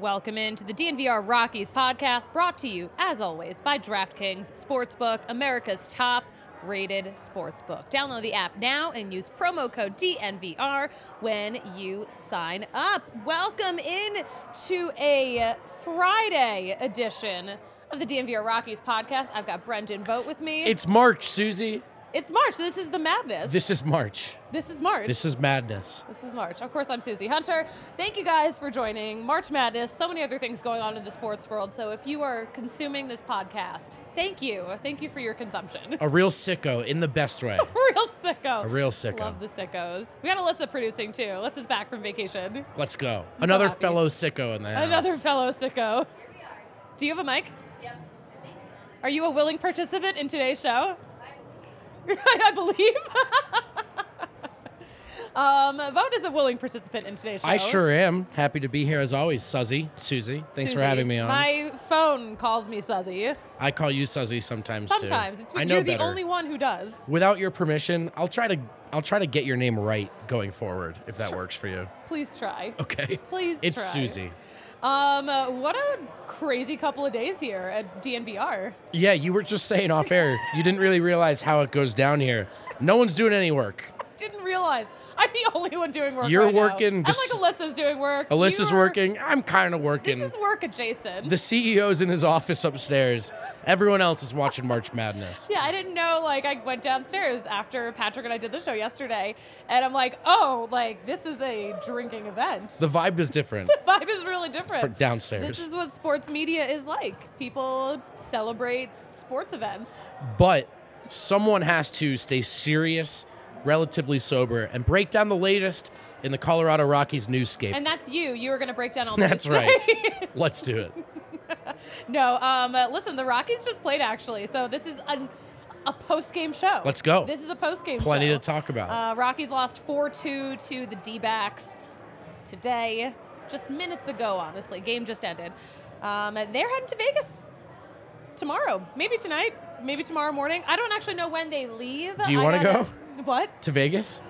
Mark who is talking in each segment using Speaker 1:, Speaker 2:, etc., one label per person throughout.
Speaker 1: Welcome into the DNVR Rockies podcast, brought to you, as always, by DraftKings Sportsbook, America's top rated sportsbook. Download the app now and use promo code DNVR when you sign up. Welcome in to a Friday edition of the DNVR Rockies podcast. I've got Brendan Vote with me.
Speaker 2: It's March, Susie.
Speaker 1: It's March. This is the madness.
Speaker 2: This is March.
Speaker 1: This is March.
Speaker 2: This is madness.
Speaker 1: This is March. Of course, I'm Susie Hunter. Thank you guys for joining March Madness. So many other things going on in the sports world. So if you are consuming this podcast, thank you. Thank you for your consumption.
Speaker 2: A real sicko in the best way.
Speaker 1: real sicko.
Speaker 2: A real sicko.
Speaker 1: Love the sickos. We got Alyssa producing too. Alyssa's back from vacation.
Speaker 2: Let's go.
Speaker 1: I'm so
Speaker 2: Another
Speaker 1: happy.
Speaker 2: fellow sicko in the house.
Speaker 1: Another fellow sicko. Do you have a mic? Yep. Are you a willing participant in today's show? I believe. um, Vote is a willing participant in today's show.
Speaker 2: I sure am. Happy to be here as always, Suzzy. Susie, thanks for
Speaker 1: Suzy.
Speaker 2: having me on.
Speaker 1: My phone calls me Suzzy.
Speaker 2: I call you Suzzy sometimes, too.
Speaker 1: Sometimes it's
Speaker 2: I
Speaker 1: when
Speaker 2: know
Speaker 1: you're
Speaker 2: better.
Speaker 1: the only one who does.
Speaker 2: Without your permission, I'll try to I'll try to get your name right going forward if that works for you.
Speaker 1: Please try.
Speaker 2: Okay.
Speaker 1: Please
Speaker 2: It's
Speaker 1: try.
Speaker 2: Susie.
Speaker 1: Um, uh, what a crazy couple of days here at DNVR.
Speaker 2: Yeah, you were just saying off air. You didn't really realize how it goes down here. No one's doing any work.
Speaker 1: Didn't realize I'm the only one doing work.
Speaker 2: You're
Speaker 1: right now.
Speaker 2: working
Speaker 1: I'm
Speaker 2: just-
Speaker 1: like Alyssa's doing work.
Speaker 2: Alyssa's
Speaker 1: You're-
Speaker 2: working. I'm kind of working.
Speaker 1: This is work adjacent.
Speaker 2: The CEO's in his office upstairs. Everyone else is watching March Madness.
Speaker 1: Yeah, I didn't know. Like, I went downstairs after Patrick and I did the show yesterday, and I'm like, oh, like this is a drinking event.
Speaker 2: The vibe is different.
Speaker 1: vibe is really different.
Speaker 2: For downstairs.
Speaker 1: This is what sports media is like. People celebrate sports events.
Speaker 2: But someone has to stay serious, relatively sober, and break down the latest in the Colorado Rockies newscape.
Speaker 1: And that's you. You were going to break down all
Speaker 2: That's
Speaker 1: this.
Speaker 2: right. Let's do it.
Speaker 1: no, um, uh, listen, the Rockies just played, actually. So this is an, a post game show.
Speaker 2: Let's go.
Speaker 1: This is a post game show.
Speaker 2: Plenty to talk about.
Speaker 1: Uh, Rockies lost 4 2 to the D backs today, just minutes ago, honestly. Game just ended. Um, they're heading to Vegas tomorrow, maybe tonight, maybe tomorrow morning. I don't actually know when they leave.
Speaker 2: Do you
Speaker 1: I
Speaker 2: wanna
Speaker 1: gotta-
Speaker 2: go?
Speaker 1: What?
Speaker 2: to Vegas?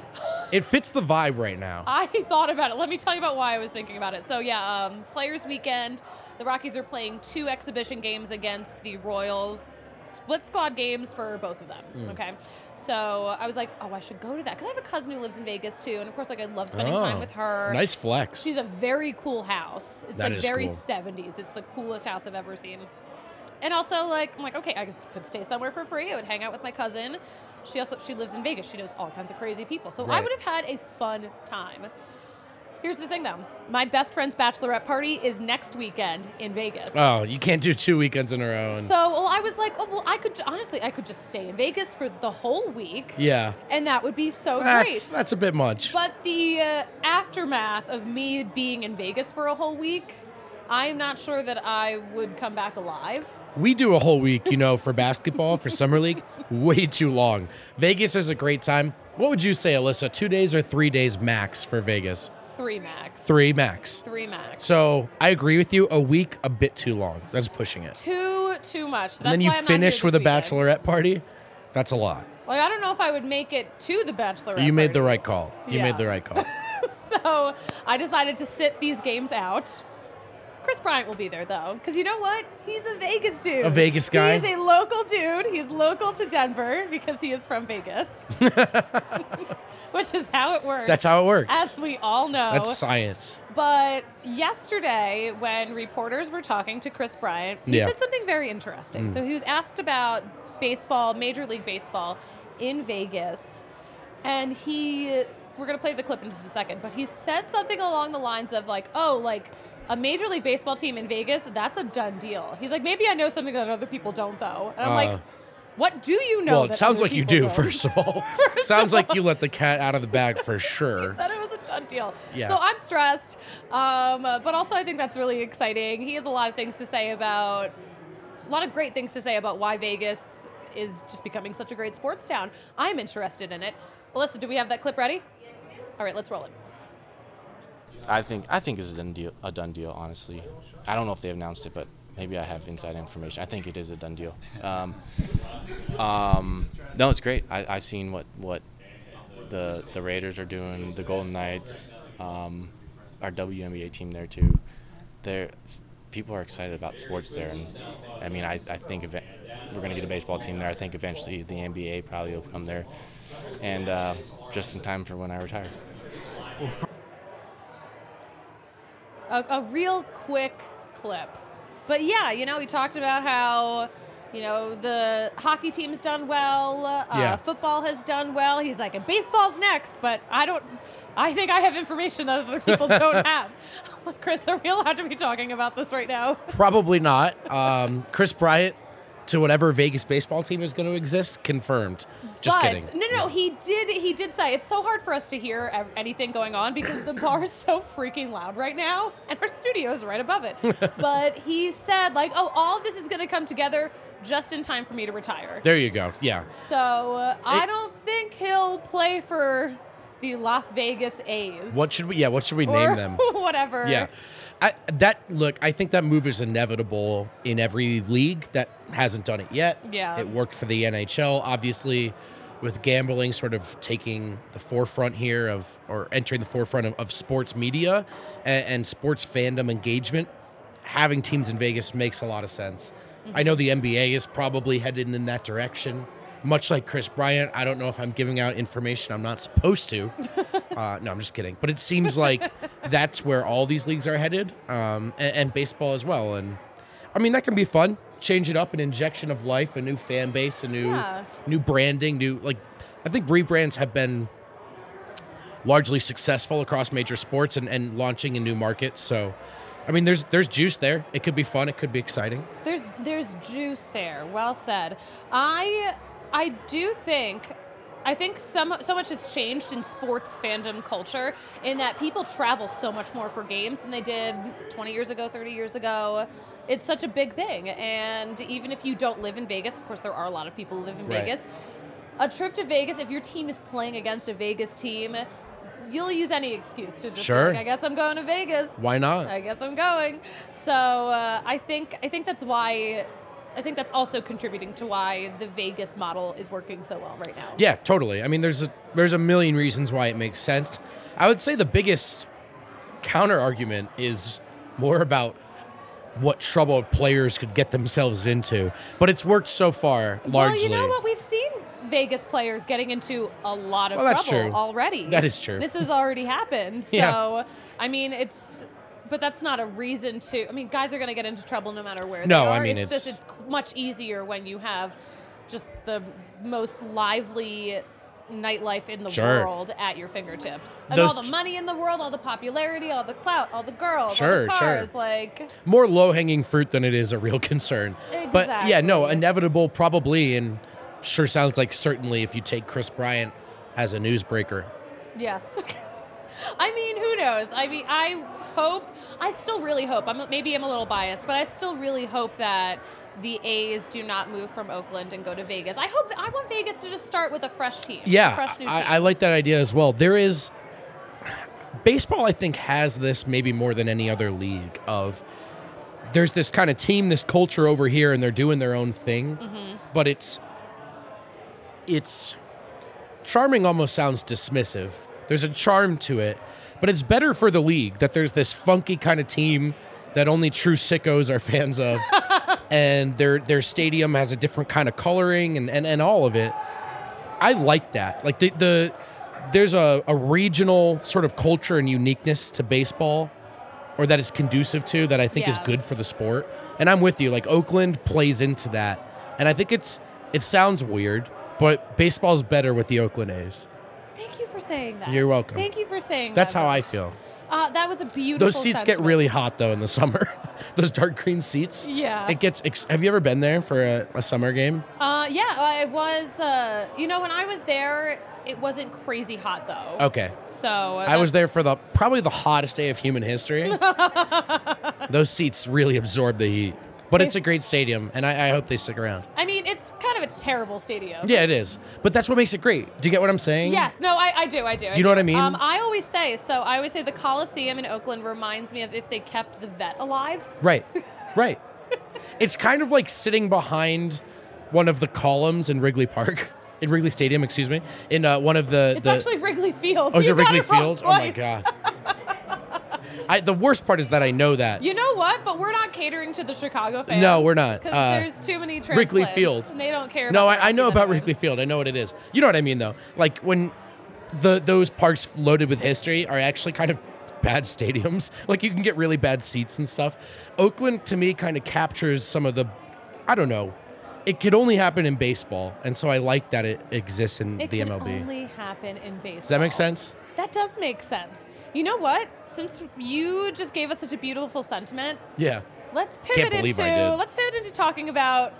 Speaker 2: It fits the vibe right now.
Speaker 1: I thought about it. Let me tell you about why I was thinking about it. So yeah, um, Players Weekend. The Rockies are playing two exhibition games against the Royals. Split squad games for both of them.
Speaker 2: Mm.
Speaker 1: Okay, so I was like, oh, I should go to that because I have a cousin who lives in Vegas too, and of course, like I love spending time
Speaker 2: Oh,
Speaker 1: with her.
Speaker 2: Nice flex.
Speaker 1: She's a very cool house. It's
Speaker 2: That
Speaker 1: like
Speaker 2: is
Speaker 1: very
Speaker 2: cool.
Speaker 1: 70s. It's the coolest house I've ever seen. And also, like, I'm like, okay, I could- could stay somewhere for free. I would hang out with my cousin. She also she lives in Vegas. She knows all kinds of crazy people. So I
Speaker 2: Right.
Speaker 1: would have had a fun time. Here's the thing, though. My best friend's bachelorette party is next weekend in Vegas.
Speaker 2: Oh, you can't do two weekends in a row. And,
Speaker 1: So well, I was like, oh well, I could honestly, I could just stay in Vegas for the whole week,
Speaker 2: yeah.
Speaker 1: and that would be so great.
Speaker 2: That's that's a bit much.
Speaker 1: But the uh, aftermath of me being in Vegas for a whole week, I am not sure that I would come back alive.
Speaker 2: We do a whole week, you know, for basketball, for summer league, way too long. Vegas is a great time. What would you say, Alyssa? Two days or three days max for Vegas?
Speaker 1: Three max.
Speaker 2: Three max.
Speaker 1: Three max.
Speaker 2: So I agree with you. A week, a bit too long. That's pushing it.
Speaker 1: Too too much. So
Speaker 2: And then
Speaker 1: that's
Speaker 2: you
Speaker 1: why I'm not here
Speaker 2: finish
Speaker 1: this
Speaker 2: with a
Speaker 1: weekend.
Speaker 2: bachelorette party. That's a lot.
Speaker 1: Like I don't know if I would make it to the bachelorette.
Speaker 2: You made the
Speaker 1: party.
Speaker 2: right call. You
Speaker 1: Yeah.
Speaker 2: made the right call.
Speaker 1: So I decided to sit these games out. Chris Bryant will be there though, because you know what? He's a Vegas dude.
Speaker 2: A Vegas guy?
Speaker 1: He's a local dude. He's local to Denver because he is from Vegas, which is how it works.
Speaker 2: That's how it works.
Speaker 1: as we all know.
Speaker 2: That's science.
Speaker 1: but yesterday, when reporters were talking to Chris Bryant, he
Speaker 2: Yeah. Mm.
Speaker 1: said something very interesting. So he was asked about baseball, Major League Baseball in Vegas, and he, we're going to play the clip in just a second, but he said something along the lines of, like, oh, like, a Major League Baseball team in Vegas, that's a done deal. He's like, maybe I know something that other people don't, though. And I'm
Speaker 2: Uh.
Speaker 1: like, what do you know?
Speaker 2: well,
Speaker 1: that
Speaker 2: it sounds
Speaker 1: other
Speaker 2: like you
Speaker 1: people
Speaker 2: do,
Speaker 1: don't?"
Speaker 2: first of all. sounds like you let the cat out of the bag for sure.
Speaker 1: said it was a done deal.
Speaker 2: Yeah.
Speaker 1: So I'm stressed, um, uh, but also I think that's really exciting. He has a lot of things to say about, a lot of great things to say about why Vegas is just becoming such a great sports town. I'm interested in it. Alyssa, do we have that clip ready? All right, let's roll it.
Speaker 3: I think I think it's a done deal. A done deal, honestly. I don't know if they announced it, but maybe I have inside information. I think it is a done deal. Um, um, no, it's great. I, I've seen what what the the Raiders are doing. The Golden Knights, um, our WNBA team there too. There, people are excited about sports there, and I mean, I, I think ev- we're going to get a baseball team there. I think eventually the NBA probably will come there, and uh, just in time for when I retire.
Speaker 1: a, a real quick clip. But yeah, you know, he talked about how, you know, the hockey team's done well, uh,
Speaker 2: Yeah.
Speaker 1: football has done well. He's like, and baseball's next, but I don't, I think I have information that other people don't have. I'm like, Chris, are we allowed to be talking about this right now?
Speaker 2: Probably not. Um, Chris Bryant to whatever Vegas baseball team is going to exist, confirmed. Just
Speaker 1: but,
Speaker 2: kidding.
Speaker 1: No, no, no, he did. He did say it's so hard for us to hear ev- anything going on because the bar is so freaking loud right now, and our studio is right above it. but he said, like, oh, all of this is going to come together just in time for me to retire.
Speaker 2: There you go. Yeah.
Speaker 1: so uh, I don't think he'll play for the Las Vegas A's.
Speaker 2: What should we? Yeah. What should we
Speaker 1: or
Speaker 2: name them?
Speaker 1: whatever.
Speaker 2: Yeah. I, that look, I think that move is inevitable in every league that hasn't done it yet.
Speaker 1: Yeah.
Speaker 2: It worked for the NHL, obviously, with gambling sort of taking the forefront here of, or entering the forefront of, of sports media and, and sports fandom engagement. Having teams in Vegas makes a lot of sense. I know the NBA is probably headed in that direction. Much like Chris Bryant, I don't know if I'm giving out information I'm not supposed to. Uh, no, I'm just kidding. But it seems like that's where all these leagues are headed, um, and, and baseball as well. And I mean, that can be fun. Change it up, an injection of life, a new fan base, a new
Speaker 1: Yeah.
Speaker 2: new branding, new like. I think rebrands have been largely successful across major sports and, and launching in new markets. So, I mean, there's there's juice there. It could be fun. It could be exciting.
Speaker 1: There's there's juice there. Well said. I I do think I think some so much has changed in sports fandom culture in that people travel so much more for games than they did 20 years ago, 30 years ago. It's such a big thing. And even if you don't live in Vegas, of course there are a lot of people who live in
Speaker 2: Right.
Speaker 1: Vegas. A trip to Vegas if your team is playing against a Vegas team, you'll use any excuse to just be
Speaker 2: Sure.
Speaker 1: like, I guess I'm going to Vegas.
Speaker 2: Why not?
Speaker 1: I guess I'm going. So uh, I think I think that's why. I think that's also contributing to why the Vegas model is working so well right now.
Speaker 2: Yeah, totally. I mean, there's a there's a million reasons why it makes sense. I would say the biggest counter argument is more about what trouble players could get themselves into, but it's worked so far
Speaker 1: Well, you
Speaker 2: largely.
Speaker 1: know what? We've seen Vegas players getting into a lot of
Speaker 2: Well, that's
Speaker 1: trouble
Speaker 2: true.
Speaker 1: already.
Speaker 2: That is true.
Speaker 1: This has already happened. So,
Speaker 2: Yeah.
Speaker 1: I mean, it's. But that's not a reason to. I mean, guys are going to get into trouble no matter where
Speaker 2: No,
Speaker 1: they are.
Speaker 2: I mean,
Speaker 1: it's just
Speaker 2: it's-
Speaker 1: it's much easier when you have just the most lively nightlife in the
Speaker 2: Sure.
Speaker 1: world at your fingertips, and
Speaker 2: Those
Speaker 1: all the
Speaker 2: ch-
Speaker 1: money in the world, all the popularity, all the clout, all the girls, all
Speaker 2: Sure,
Speaker 1: the
Speaker 2: sure.
Speaker 1: cars, like.
Speaker 2: More low hanging fruit than it is a real concern. But yeah, no,
Speaker 1: Exactly.
Speaker 2: inevitable probably, and sure sounds like certainly if you take Chris Bryant as a newsbreaker.
Speaker 1: Yes. I mean, who knows? I mean, I hope. I still really hope. I'm maybe I'm a little biased, but I still really hope that the A's do not move from Oakland and go to Vegas. I hope. I want Vegas to just start with a fresh team. a
Speaker 2: Yeah,
Speaker 1: fresh new team.
Speaker 2: I, I like that idea as well. There is baseball. I think has this maybe more than any other league of there's this kind of team, this culture over here, and they're doing their own thing. But it's it's charming. Almost sounds dismissive. There's a charm to it, but it's better for the league that there's this funky kind of team that only true sickos are fans of, and their their stadium has a different kind of coloring and and, and all of it. I like that. Like the the there's a, a regional sort of culture and uniqueness to baseball or that is conducive to that I think is
Speaker 1: Yeah.
Speaker 2: good for the sport. And I'm with you. Like Oakland plays into that. And I think it's it sounds weird, but baseball's better with the Oakland A's.
Speaker 1: Thank you for saying that.
Speaker 2: You're welcome.
Speaker 1: Thank you for saying
Speaker 2: That's
Speaker 1: that.
Speaker 2: how I feel.
Speaker 1: Uh, that was a beautiful.
Speaker 2: Those seats get
Speaker 1: sentiment.
Speaker 2: really hot though in the summer. Those dark green seats.
Speaker 1: Yeah.
Speaker 2: It gets. Ex- have you ever been there for a, a summer game?
Speaker 1: Uh, yeah, it was. Uh, you know, when I was there, it wasn't crazy hot though.
Speaker 2: Okay.
Speaker 1: So
Speaker 2: I
Speaker 1: that's-
Speaker 2: was there for the probably the hottest day of human history. Those seats really absorb the heat, but it's a great stadium, and I, I hope they stick around.
Speaker 1: I mean, it's kind of a terrible stadium.
Speaker 2: Yeah, it is, but that's what makes it great. Do you get what I'm saying?
Speaker 1: Yes, no, I, I do, I do. Do
Speaker 2: you know what I mean?
Speaker 1: Um, I always say, so I always say the Coliseum in Oakland reminds me of if they kept the vet alive.
Speaker 2: Right. Right. it's kind of like sitting behind one of the columns in Wrigley Park, in Wrigley Stadium, excuse me, in uh, one of the.
Speaker 1: It's
Speaker 2: the
Speaker 1: actually Wrigley Field.
Speaker 2: oh, is
Speaker 1: You
Speaker 2: it
Speaker 1: got
Speaker 2: Wrigley
Speaker 1: wrong
Speaker 2: Field? Oh my
Speaker 1: twice.
Speaker 2: god. I, the worst part is that I know that.
Speaker 1: You know what? But we're not catering to the Chicago fans.
Speaker 2: No, we're not.
Speaker 1: Because
Speaker 2: Uh,
Speaker 1: there's too many transplants.
Speaker 2: Wrigley Field.
Speaker 1: And they don't care.
Speaker 2: No,
Speaker 1: about the
Speaker 2: I, I know
Speaker 1: Rockies
Speaker 2: about
Speaker 1: anyway.
Speaker 2: Wrigley Field. I know what it is. You know what I mean, though. Like when the those parks loaded with history are actually kind of bad stadiums. Like you can get really bad seats and stuff. Oakland to me kind of captures some of the, I don't know. It could only happen in baseball, and so I like that it exists in
Speaker 1: It
Speaker 2: the
Speaker 1: can
Speaker 2: MLB.
Speaker 1: only happen in baseball.
Speaker 2: Does that make sense?
Speaker 1: That does make sense. You know what? Since you just gave us such a beautiful sentiment,
Speaker 2: Yeah.
Speaker 1: let's pivot
Speaker 2: believe
Speaker 1: into
Speaker 2: I did.
Speaker 1: let's pivot into talking about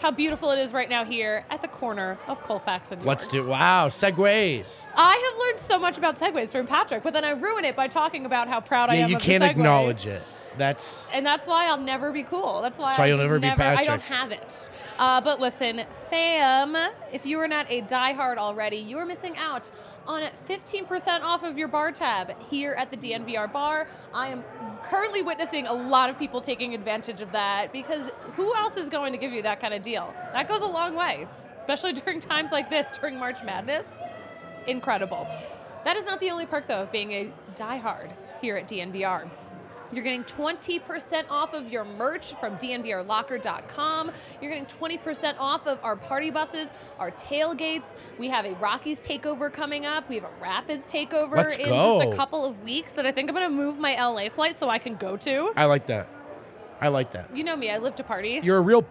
Speaker 1: how beautiful it is right now here at the corner of Colfax and
Speaker 2: Let's
Speaker 1: York.
Speaker 2: do. Wow, segues.
Speaker 1: I have learned so much about segues from Patrick, but then I ruin it by talking about how proud I
Speaker 2: Yeah,
Speaker 1: am
Speaker 2: you
Speaker 1: of the
Speaker 2: can't
Speaker 1: segue.
Speaker 2: acknowledge it. That's
Speaker 1: And that's why I'll never be cool. That's why
Speaker 2: That's why
Speaker 1: I
Speaker 2: you'll
Speaker 1: just
Speaker 2: never be
Speaker 1: I don't
Speaker 2: Patrick.
Speaker 1: have it. Uh, but listen, fam, if you are not a diehard already, you are missing out on 15% off of your bar tab here at the DNVR bar. I am currently witnessing a lot of people taking advantage of that because who else is going to give you that kind of deal? That goes a long way, especially during times like this, during March Madness incredible. That is not the only perk, though, of being a diehard here at DNVR. You're getting 20% off of your merch from dnvrlocker.com. You're getting 20% off of our party buses, our tailgates. We have a Rockies takeover coming up. We have a Rapids takeover
Speaker 2: Let's
Speaker 1: in
Speaker 2: go.
Speaker 1: just a couple of weeks that I think I'm going to move my LA flight so I can go to.
Speaker 2: I like that. I like that.
Speaker 1: You know me, I live to party.
Speaker 2: You're a real.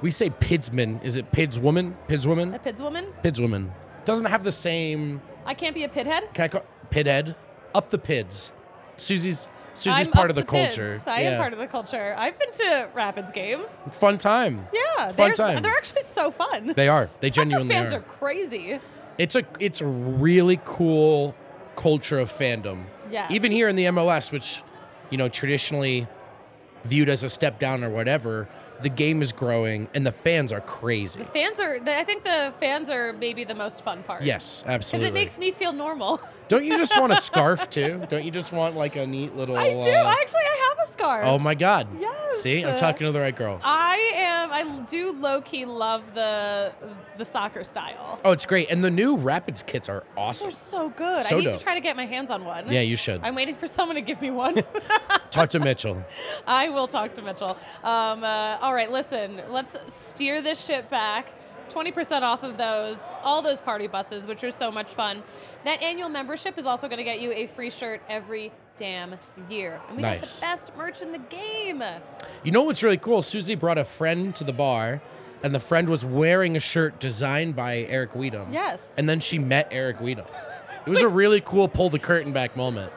Speaker 2: We say pidsman. Is it pids woman? Pids woman.
Speaker 1: a Pids woman?
Speaker 2: Pids woman doesn't have the same.
Speaker 1: I can't be a Pidhead.
Speaker 2: Can I call Pidhead? Up the Pids. Susie's Susie's
Speaker 1: I'm
Speaker 2: part
Speaker 1: up
Speaker 2: of the,
Speaker 1: Pids.
Speaker 2: culture.
Speaker 1: I am part of the culture. I've been to Rapids games.
Speaker 2: the fun time.
Speaker 1: Yeah,
Speaker 2: fun
Speaker 1: they're, s-
Speaker 2: time.
Speaker 1: they're actually so fun.
Speaker 2: they are. They
Speaker 1: Soccer
Speaker 2: genuinely
Speaker 1: fans
Speaker 2: are.
Speaker 1: are crazy.
Speaker 2: It's a it's a really cool culture of fandom.
Speaker 1: Yes.
Speaker 2: Even here in the MLS, which you know traditionally viewed as a step down or whatever, the game is growing and the fans are crazy.
Speaker 1: Fans are. The, I think the fans are maybe the most fun part.
Speaker 2: Yes,
Speaker 1: because
Speaker 2: absolutely.
Speaker 1: it makes me feel normal.
Speaker 2: Don't you just want a scarf too? Don't you just want like a neat little?
Speaker 1: I do.
Speaker 2: uh,
Speaker 1: Actually, I have a scarf.
Speaker 2: Oh my God.
Speaker 1: Yes. Uh,
Speaker 2: See, I'm talking to the right girl.
Speaker 1: I am. I do low key love the the soccer style.
Speaker 2: Oh, it's great. And the new Rapids kits are awesome.
Speaker 1: They're so good.
Speaker 2: So
Speaker 1: I need
Speaker 2: dope.
Speaker 1: to try to get my hands on one.
Speaker 2: Yeah, you should.
Speaker 1: I'm waiting for someone to give me one.
Speaker 2: Talk to Mitchell.
Speaker 1: I will talk to Mitchell. Um, uh, all right, listen, let's steer this ship back. 20% off of those, all those party buses, which are so much fun. That annual membership is also going to get you a free shirt every damn year. And we got
Speaker 2: Nice.
Speaker 1: the best merch in the game. Oh,
Speaker 2: You know what's really cool? Susie brought a friend to the bar, and the friend was wearing a shirt designed by Eric Weedham.
Speaker 1: Yes.
Speaker 2: And then she met Eric Weedham. It was a really cool pull the curtain back moment.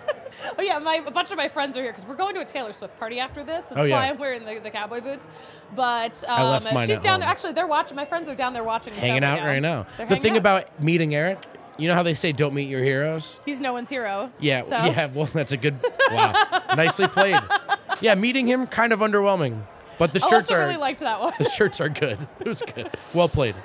Speaker 1: Oh yeah, my a bunch of my friends are here because we're going to a Taylor Swift party after this. That's
Speaker 2: Oh, yeah.
Speaker 1: why I'm wearing the, the cowboy boots. But um,
Speaker 2: left mine
Speaker 1: she's
Speaker 2: at
Speaker 1: down
Speaker 2: home.
Speaker 1: there. Actually, they're watching. My friends are down there watching. the show
Speaker 2: Hanging out right now.
Speaker 1: They're
Speaker 2: the
Speaker 1: hanging
Speaker 2: thing
Speaker 1: out.
Speaker 2: about meeting Eric, you know how they say don't meet your heroes?
Speaker 1: he's no one's hero.
Speaker 2: Yeah,
Speaker 1: So.
Speaker 2: yeah, well, that's a good. Wow. Nicely played. Yeah, meeting him, kind of underwhelming. But the
Speaker 1: I
Speaker 2: shirts
Speaker 1: also
Speaker 2: are.
Speaker 1: really liked that one.
Speaker 2: the shirts are good. It was good. Well played.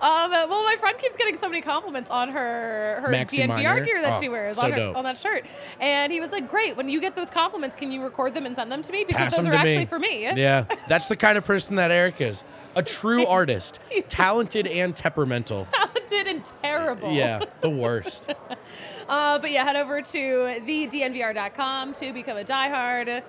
Speaker 1: Um, uh, well, my friend keeps getting so many compliments on her her
Speaker 2: Maxi
Speaker 1: DNVR
Speaker 2: Minor?
Speaker 1: gear that
Speaker 2: Oh,
Speaker 1: she wears
Speaker 2: so
Speaker 1: on, her,
Speaker 2: dope.
Speaker 1: on that shirt, and he was like, "Great, when you get those compliments, can you record them and send them to me because
Speaker 2: Pass
Speaker 1: those
Speaker 2: them
Speaker 1: are
Speaker 2: to
Speaker 1: actually
Speaker 2: me.
Speaker 1: for me."
Speaker 2: Yeah, that's the kind of person that Eric is. A true artist, talented and temperamental.
Speaker 1: Did and terrible.
Speaker 2: Yeah, the worst.
Speaker 1: Uh, but yeah, head over to thednvr.com to become a diehard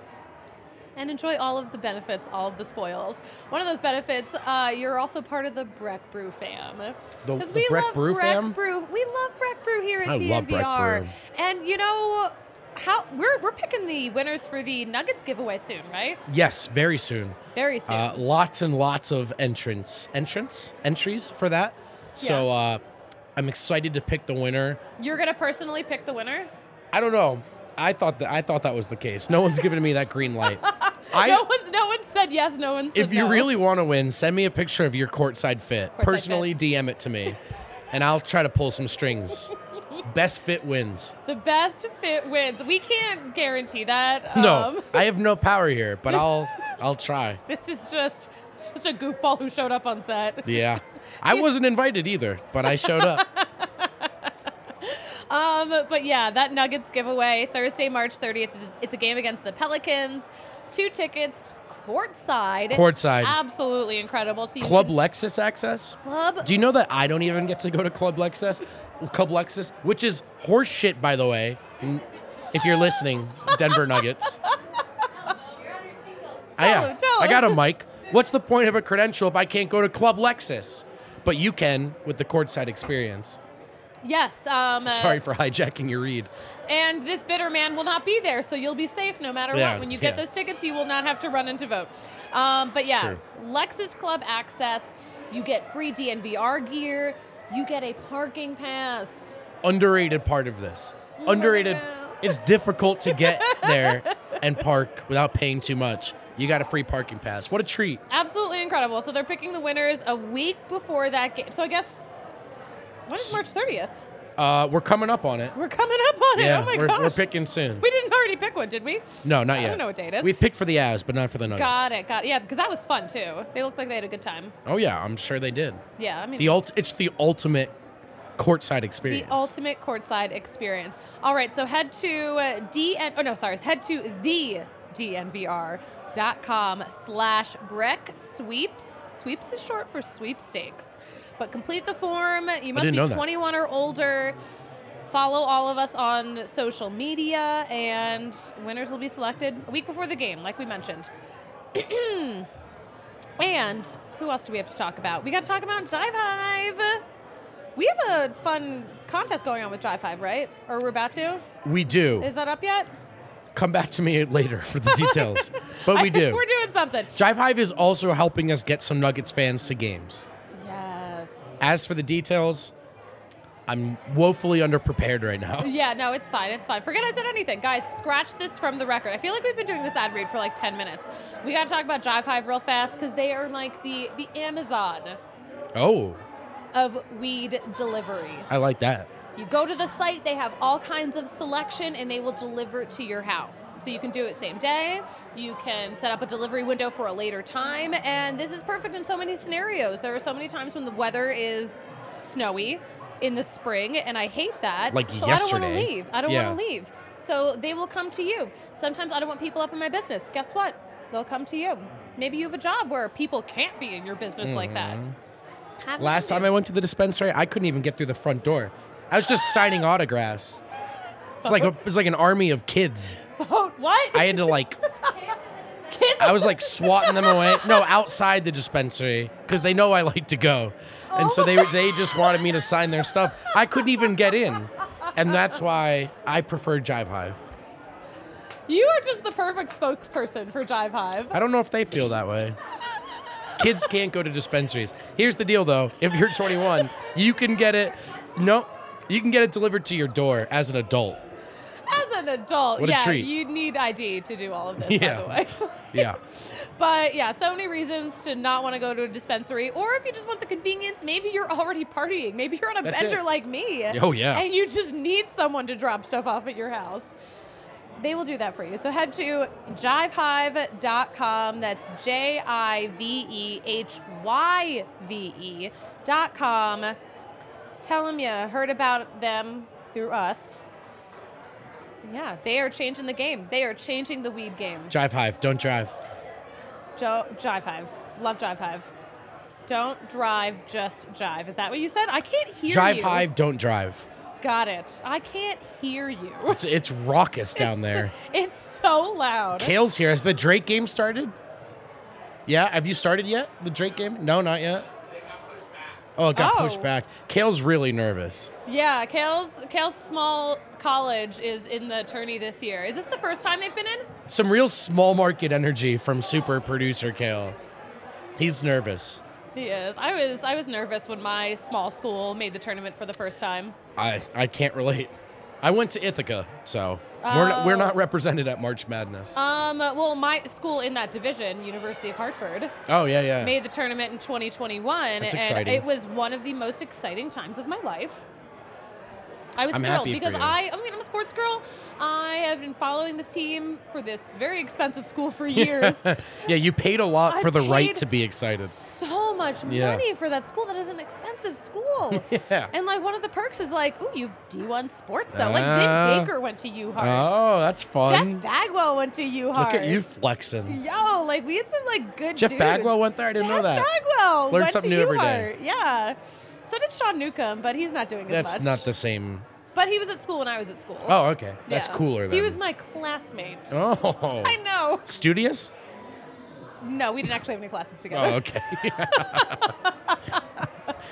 Speaker 1: and enjoy all of the benefits, all of the spoils. One of those benefits, uh, you're also part of the Breck Brew fam.
Speaker 2: The-
Speaker 1: 'Cause
Speaker 2: the
Speaker 1: we
Speaker 2: Breck
Speaker 1: love
Speaker 2: Brew
Speaker 1: Breck
Speaker 2: fam?
Speaker 1: Brew. We love Breck Brew here at
Speaker 2: I love Breck
Speaker 1: DNVR.
Speaker 2: Brew.
Speaker 1: And you know how we're we're picking the winners for the Nuggets giveaway soon, right?
Speaker 2: Yes, very soon.
Speaker 1: Very soon.
Speaker 2: Uh, lots and lots of entrance, entrance, entries for that. So
Speaker 1: Yeah.
Speaker 2: uh, I'm excited to pick the winner.
Speaker 1: you're gonna personally pick the winner?
Speaker 2: I don't know. I thought that I thought that was the case. No one's giving me that green light. I,
Speaker 1: no one's no one said yes. No one said
Speaker 2: if you
Speaker 1: no.
Speaker 2: really want to win, send me a picture of your courtside fit.
Speaker 1: fit.
Speaker 2: Personally, DM it to me, and I'll try to pull some strings. Best fit wins.
Speaker 1: the best fit wins. We can't guarantee that. um,
Speaker 2: No, I have no power here, but I'll I'll try.
Speaker 1: this is just it's just a goofball who showed up on set.
Speaker 2: Yeah, I wasn't invited either, but I showed up.
Speaker 1: Um, but yeah, that Nuggets giveaway Thursday, March 30th. It's a game against the Pelicans. Two tickets, courtside.
Speaker 2: Courtside.
Speaker 1: Absolutely incredible. So you
Speaker 2: Club
Speaker 1: can-
Speaker 2: Lexus access.
Speaker 1: Club.
Speaker 2: Do you know that I don't even get to go to Club Lexus? Club Lexus, which is horse shit, by the way. N- If you're listening, Denver Nuggets. I, yeah,
Speaker 1: Tell him,
Speaker 2: I got
Speaker 1: tell
Speaker 2: a mic. What's the point of a credential if I can't go to Club Lexus? But you can with the courtside experience.
Speaker 1: yes. Um, uh,
Speaker 2: Sorry for hijacking your read.
Speaker 1: And this bitter man will not be there, so you'll be safe no matter
Speaker 2: Yeah,
Speaker 1: what. When you get
Speaker 2: yeah.
Speaker 1: those tickets, you will not have to run in to vote. Um, but yeah,
Speaker 2: true.
Speaker 1: Lexus Club access. You get free DNVR gear. You get a parking pass.
Speaker 2: Underrated part of this. Underrated. It's difficult to get there and park without paying too much. You got a free parking pass. What a treat.
Speaker 1: Absolutely incredible. So they're picking the winners a week before that game. So I guess when is March 30th?
Speaker 2: Uh, we're coming up on it.
Speaker 1: We're coming up on it. Oh my
Speaker 2: we're,
Speaker 1: gosh.
Speaker 2: we're picking soon.
Speaker 1: we didn't already pick one, did we?
Speaker 2: No, not
Speaker 1: I
Speaker 2: yet.
Speaker 1: don't know what day it is.
Speaker 2: We've picked for the Avs, but not for the Nuggets.
Speaker 1: Got it. Got it. Yeah, because that was fun too. They looked like they had a good time.
Speaker 2: Oh yeah, I'm sure they did.
Speaker 1: Yeah, I mean
Speaker 2: The ult- it's the ultimate courtside experience.
Speaker 1: The ultimate courtside experience. All right, so head to uh, DN. Oh no, sorry, head to the DNVR.com slash Breck Sweeps. Sweeps is short for sweepstakes. But complete the form. You must
Speaker 2: didn't
Speaker 1: be
Speaker 2: know that.
Speaker 1: 21 or older. Follow all of us on social media, and winners will be selected a week before the game, like we mentioned. and who else do we have to talk about? We got to talk about Dive Hive. We have a fun contest going on with Drive Five, right? Or we're about to?
Speaker 2: we do.
Speaker 1: Is that up yet?
Speaker 2: Come back to me later for the details, but
Speaker 1: I
Speaker 2: Oh, we
Speaker 1: think
Speaker 2: do.
Speaker 1: We're doing something.
Speaker 2: Jive Hive is also helping us get some Nuggets fans to games.
Speaker 1: Yes.
Speaker 2: As for the details, I'm woefully underprepared right now.
Speaker 1: Yeah, no, it's fine. It's fine. Forget I said anything. Guys, scratch this from the record. I feel like we've been doing this ad read for like 10 minutes. We got to talk about Drive Hive real fast because they are like the, the Amazon
Speaker 2: Oh,
Speaker 1: of weed delivery.
Speaker 2: I like that.
Speaker 1: You go to the site, they have all kinds of selection and they will deliver it to your house. So you can do it same day, you can set up a delivery window for a later time, and this is perfect in so many scenarios. There are so many times when the weather is snowy in the spring and I hate that.
Speaker 2: Like
Speaker 1: so I don't want
Speaker 2: yesterday.
Speaker 1: to leave. I don't
Speaker 2: Yeah.
Speaker 1: want to leave. So they will come to you. Sometimes I don't want people up in my business. Guess what? They'll come to you. Maybe you have a job where people can't be in your business like that. Have them
Speaker 2: Mm-hmm. Last
Speaker 1: come
Speaker 2: time
Speaker 1: to
Speaker 2: I
Speaker 1: you.
Speaker 2: went to the dispensary, I couldn't even get through the front door. I was just signing autographs. It's like a, it's like an army of kids.
Speaker 1: what?
Speaker 2: I had to like
Speaker 1: Kids
Speaker 2: I was like swatting them away. No, outside the dispensary because they know I like to go, and so they they just wanted me to sign their stuff. I couldn't even get in, and that's why I prefer Jive Hive.
Speaker 1: You are just the perfect spokesperson for Jive Hive.
Speaker 2: I don't know if they feel that way. Kids can't go to dispensaries. Here's the deal, though: if you're 21, you can get it. No, you can get it delivered to your door as an adult.
Speaker 1: As an adult,
Speaker 2: What a
Speaker 1: yeah,
Speaker 2: treat.
Speaker 1: you need ID to do all of this,
Speaker 2: Yeah.
Speaker 1: by the way.
Speaker 2: Yeah,
Speaker 1: but yeah, so many reasons to not want to go to a dispensary, or if you just want the convenience, maybe you're already partying, maybe you're on a
Speaker 2: That's
Speaker 1: bender
Speaker 2: it.
Speaker 1: like me.
Speaker 2: Oh, yeah.
Speaker 1: and you just need someone to drop stuff off at your house. They will do that for you. So head to jivehive.com. That's J I V E H Y V E dot com. Tell them you heard about them through us. Yeah, they are changing the game. They are changing the weed game.
Speaker 2: Jive Hive. Don't drive.
Speaker 1: Jo- Jive Hive. Love Jive Hive. Don't drive, just jive. Is that what you said? I can't hear
Speaker 2: Drive
Speaker 1: you.
Speaker 2: Hive. Don't drive.
Speaker 1: Got it. I can't hear you.
Speaker 2: It's, it's raucous down there.
Speaker 1: It's so loud.
Speaker 2: Kale's here. Has the Drake game started? Yeah. Have you started yet? The Drake game? No, not yet. Oh, it got
Speaker 1: Oh.
Speaker 2: pushed back. Kale's really nervous.
Speaker 1: Yeah, Kale's Kale's small college is in the tourney this year. Is this the first time they've been in?
Speaker 2: Some real small market energy from super producer Kale. He's nervous.
Speaker 1: He is. I was I was nervous when my small school made the tournament for the first time.
Speaker 2: I, I can't relate. I went to Ithaca, so we're not, we're
Speaker 1: Oh.
Speaker 2: not represented at March Madness.
Speaker 1: Um, well, my school in that division, University of Hartford,
Speaker 2: oh yeah, yeah.
Speaker 1: made the tournament in 2021,
Speaker 2: That's
Speaker 1: and
Speaker 2: exciting.
Speaker 1: it was one of the most exciting times of my life. I was
Speaker 2: I'm
Speaker 1: thrilled
Speaker 2: happy for
Speaker 1: because
Speaker 2: you.
Speaker 1: I, I mean, I'm a sports girl. I have been following this team for this very expensive school for years.
Speaker 2: yeah, you paid a lot
Speaker 1: I
Speaker 2: for the right
Speaker 1: paid
Speaker 2: to be excited.
Speaker 1: so much
Speaker 2: Yeah.
Speaker 1: money for that school. That is an expensive school.
Speaker 2: Yeah.
Speaker 1: And like one of the perks is like, ooh, you have D1 sports though. like Vin
Speaker 2: Ah.
Speaker 1: Baker went to U Hart.
Speaker 2: Oh, that's fun.
Speaker 1: Jeff Bagwell went to U
Speaker 2: Look
Speaker 1: Hart.
Speaker 2: at you flexing.
Speaker 1: Yo, like we had some like good.
Speaker 2: Jeff
Speaker 1: dudes.
Speaker 2: Bagwell went there? I didn't
Speaker 1: Jeff
Speaker 2: know that.
Speaker 1: Bagwell
Speaker 2: Learn
Speaker 1: went
Speaker 2: something
Speaker 1: to
Speaker 2: new every day.
Speaker 1: UHart. Yeah. So did Sean Newcomb, but he's not doing as
Speaker 2: That's
Speaker 1: much.
Speaker 2: not the same.
Speaker 1: But he was at school when I was at school.
Speaker 2: Oh, okay. That's
Speaker 1: Yeah.
Speaker 2: cooler. Then.
Speaker 1: He was my classmate.
Speaker 2: Oh.
Speaker 1: I know.
Speaker 2: Studious?
Speaker 1: No, we didn't actually have any classes together.
Speaker 2: Oh, okay.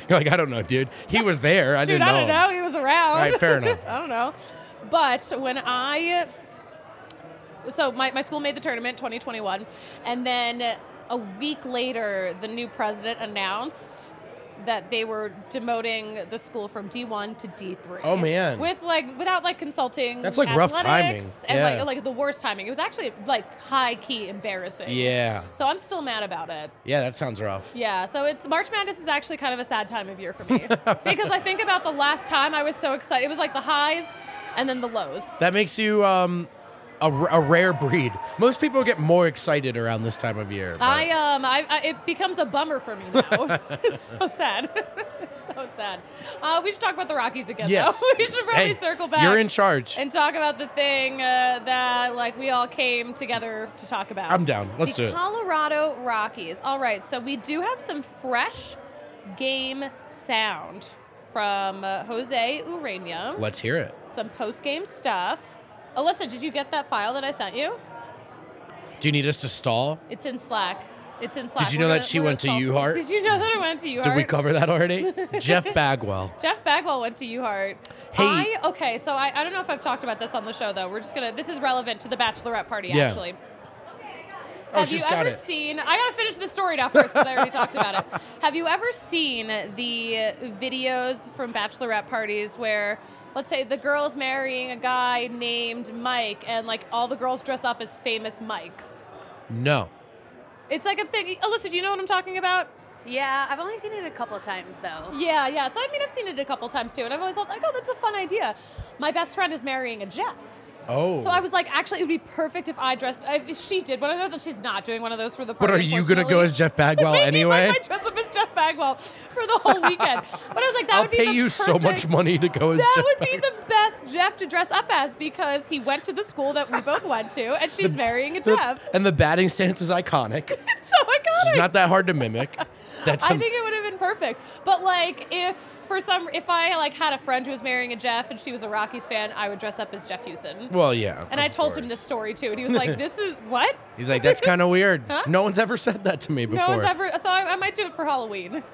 Speaker 2: You're like, I don't know, dude. He was there. I
Speaker 1: Dude,
Speaker 2: didn't know.
Speaker 1: I don't
Speaker 2: him.
Speaker 1: know. He was around.
Speaker 2: All right, fair enough.
Speaker 1: I don't know. But when I. So my, my school made the tournament 2021. And then a week later, the new president announced that they were demoting the school from D1 to D3.
Speaker 2: Oh, man.
Speaker 1: With like without like consulting
Speaker 2: That's, like, rough
Speaker 1: athletics
Speaker 2: timing.
Speaker 1: And
Speaker 2: Yeah.
Speaker 1: like, like the worst timing. It was actually like high key embarrassing.
Speaker 2: Yeah.
Speaker 1: So I'm still mad about it.
Speaker 2: Yeah, that sounds rough.
Speaker 1: Yeah, so it's March Madness is actually kind of a sad time of year for me because I think about the last time I was so excited. It was like the highs and then the lows.
Speaker 2: That makes you um, a, r- a rare breed. Most people get more excited around this time of year. but-
Speaker 1: I um, I, I it becomes a bummer for me now. it's so sad, It's so sad. Uh, we should talk about the Rockies again.
Speaker 2: yes.
Speaker 1: though. we should probably
Speaker 2: Hey,
Speaker 1: circle back.
Speaker 2: You're in charge.
Speaker 1: and talk about the thing uh, that like we all came together to talk about.
Speaker 2: I'm down. Let's
Speaker 1: the
Speaker 2: do it.
Speaker 1: Colorado Rockies. All right, so we do have some fresh game sound from uh, Jose Urania.
Speaker 2: Let's hear it.
Speaker 1: some post game stuff. Alyssa, did you get that file that I sent you?
Speaker 2: Do you need us to stall?
Speaker 1: It's in Slack. It's in Slack.
Speaker 2: Did you
Speaker 1: We're
Speaker 2: know that
Speaker 1: gonna-
Speaker 2: she
Speaker 1: we're
Speaker 2: went
Speaker 1: gonna
Speaker 2: to
Speaker 1: solve-
Speaker 2: UHart?
Speaker 1: Did you know that I went to UHart?
Speaker 2: Did we cover that already? Jeff Bagwell.
Speaker 1: Jeff Bagwell went to UHart.
Speaker 2: Hey.
Speaker 1: I, okay, so I, I don't know if I've talked about this on the show though. We're just gonna. This is relevant to the bachelorette party
Speaker 2: Yeah.
Speaker 1: actually.
Speaker 2: Oh,
Speaker 1: Have you
Speaker 2: she's got
Speaker 1: ever
Speaker 2: it.
Speaker 1: seen? I gotta finish the story now first because I already talked about it. Have you ever seen the videos from bachelorette parties where, let's say, the girl's marrying a guy named Mike, and like all the girls dress up as famous Mikes?
Speaker 2: No.
Speaker 1: It's like a thing. Alyssa, do you know what I'm talking about?
Speaker 4: Yeah, I've only seen it a couple of times though.
Speaker 1: Yeah, yeah. So I mean, I've seen it a couple times too, and I've always thought, like, oh, that's a fun idea. My best friend is marrying a Jeff.
Speaker 2: Oh.
Speaker 1: So I was like, actually, it would be perfect if I dressed. If she did one of those, and she's not doing one of those for the party.
Speaker 2: But are you gonna go
Speaker 1: unfortunately.
Speaker 2: as Jeff Bagwell
Speaker 1: Maybe
Speaker 2: anyway?
Speaker 1: I might dress up as Jeff Bagwell for the whole weekend. but I was like, that
Speaker 2: I'll
Speaker 1: would be
Speaker 2: pay
Speaker 1: the
Speaker 2: you so much
Speaker 1: perfect-
Speaker 2: money to go as
Speaker 1: That
Speaker 2: Jeff
Speaker 1: would
Speaker 2: Bagwell.
Speaker 1: be the best Jeff to dress up as because he went to the school that we both went to, and she's marrying a
Speaker 2: The-
Speaker 1: Jeff.
Speaker 2: and the batting stance is iconic.
Speaker 1: It's so iconic.
Speaker 2: It's not that hard to mimic. That's
Speaker 1: I
Speaker 2: um,
Speaker 1: think it would have been perfect. But like if for some if I like had a friend who was marrying a Jeff and she was a Rockies fan, I would dress up as Jeff Houston.
Speaker 2: well, yeah.
Speaker 1: And
Speaker 2: of
Speaker 1: I told him this
Speaker 2: course.
Speaker 1: story too, and he was like, "This is what?
Speaker 2: He's like, that's kind of weird.
Speaker 1: Huh?
Speaker 2: No one's ever said that to me before.
Speaker 1: No one's ever." So I, I might do it for Halloween.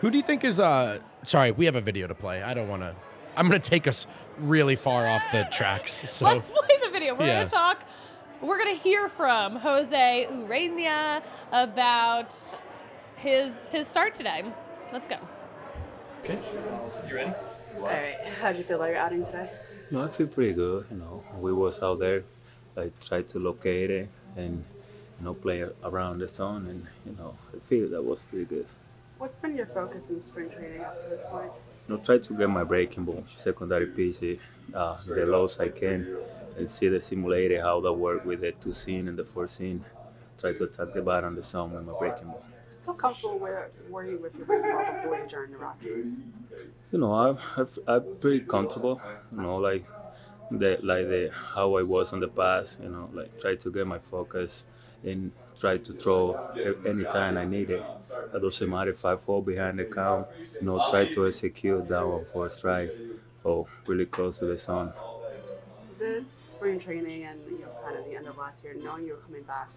Speaker 2: Who do you think is? uh Sorry, we have a video to play. I don't want to. I'm gonna take us really far off the tracks. So
Speaker 1: Let's play the video. We're
Speaker 2: Oh. Yeah.
Speaker 1: gonna talk. We're gonna hear from Jose Urania about his his start today. Let's go.
Speaker 5: All right. How do you feel about your outing today?
Speaker 6: No, I feel pretty good. You know, we was out there, like tried to locate it and you know play around the zone, and you know I feel that was pretty good.
Speaker 5: What's been your focus in spring training up to this point?
Speaker 6: You know, try to get my breaking ball, secondary pitch, uh, the lows I can, and see the simulator how that work with the two seam and the four seam. Try to attack the bat on the zone with my breaking ball.
Speaker 5: How comfortable were, were you with your baseball before you joined the Rockies?
Speaker 6: You know, I, I, I'm pretty comfortable. You know, like the like the how I was in the past. You know, like try to get my focus and try to throw a- anytime I need it. It doesn't matter if I fall behind the count. You know, try to execute that one for a strike or really close to the zone.
Speaker 5: This spring training and you know, kind of the end of last year, knowing you were coming back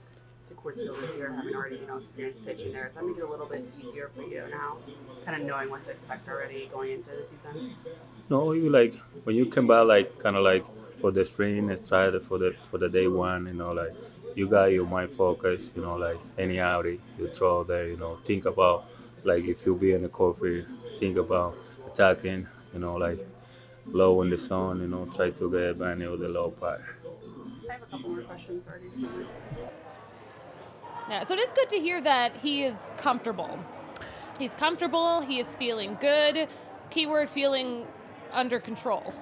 Speaker 5: to Coors Field this year, having already you know experienced pitching there, does that make it a little bit easier for you now? Kind of knowing what to expect already going into the season.
Speaker 6: No, you like when you come back, like kind of like for the spring and try the- for the for the day one. You know, like you got your mind focused. You know, like any outing you throw there. You know, think about like if you be in the coffee, think about attacking. You know, like low in the sun, you know, try to get advantage of the low part.
Speaker 5: I have a couple more questions already.
Speaker 1: Yeah, so it is good to hear that he is comfortable. He's comfortable. He is feeling good. Keyword feeling under control.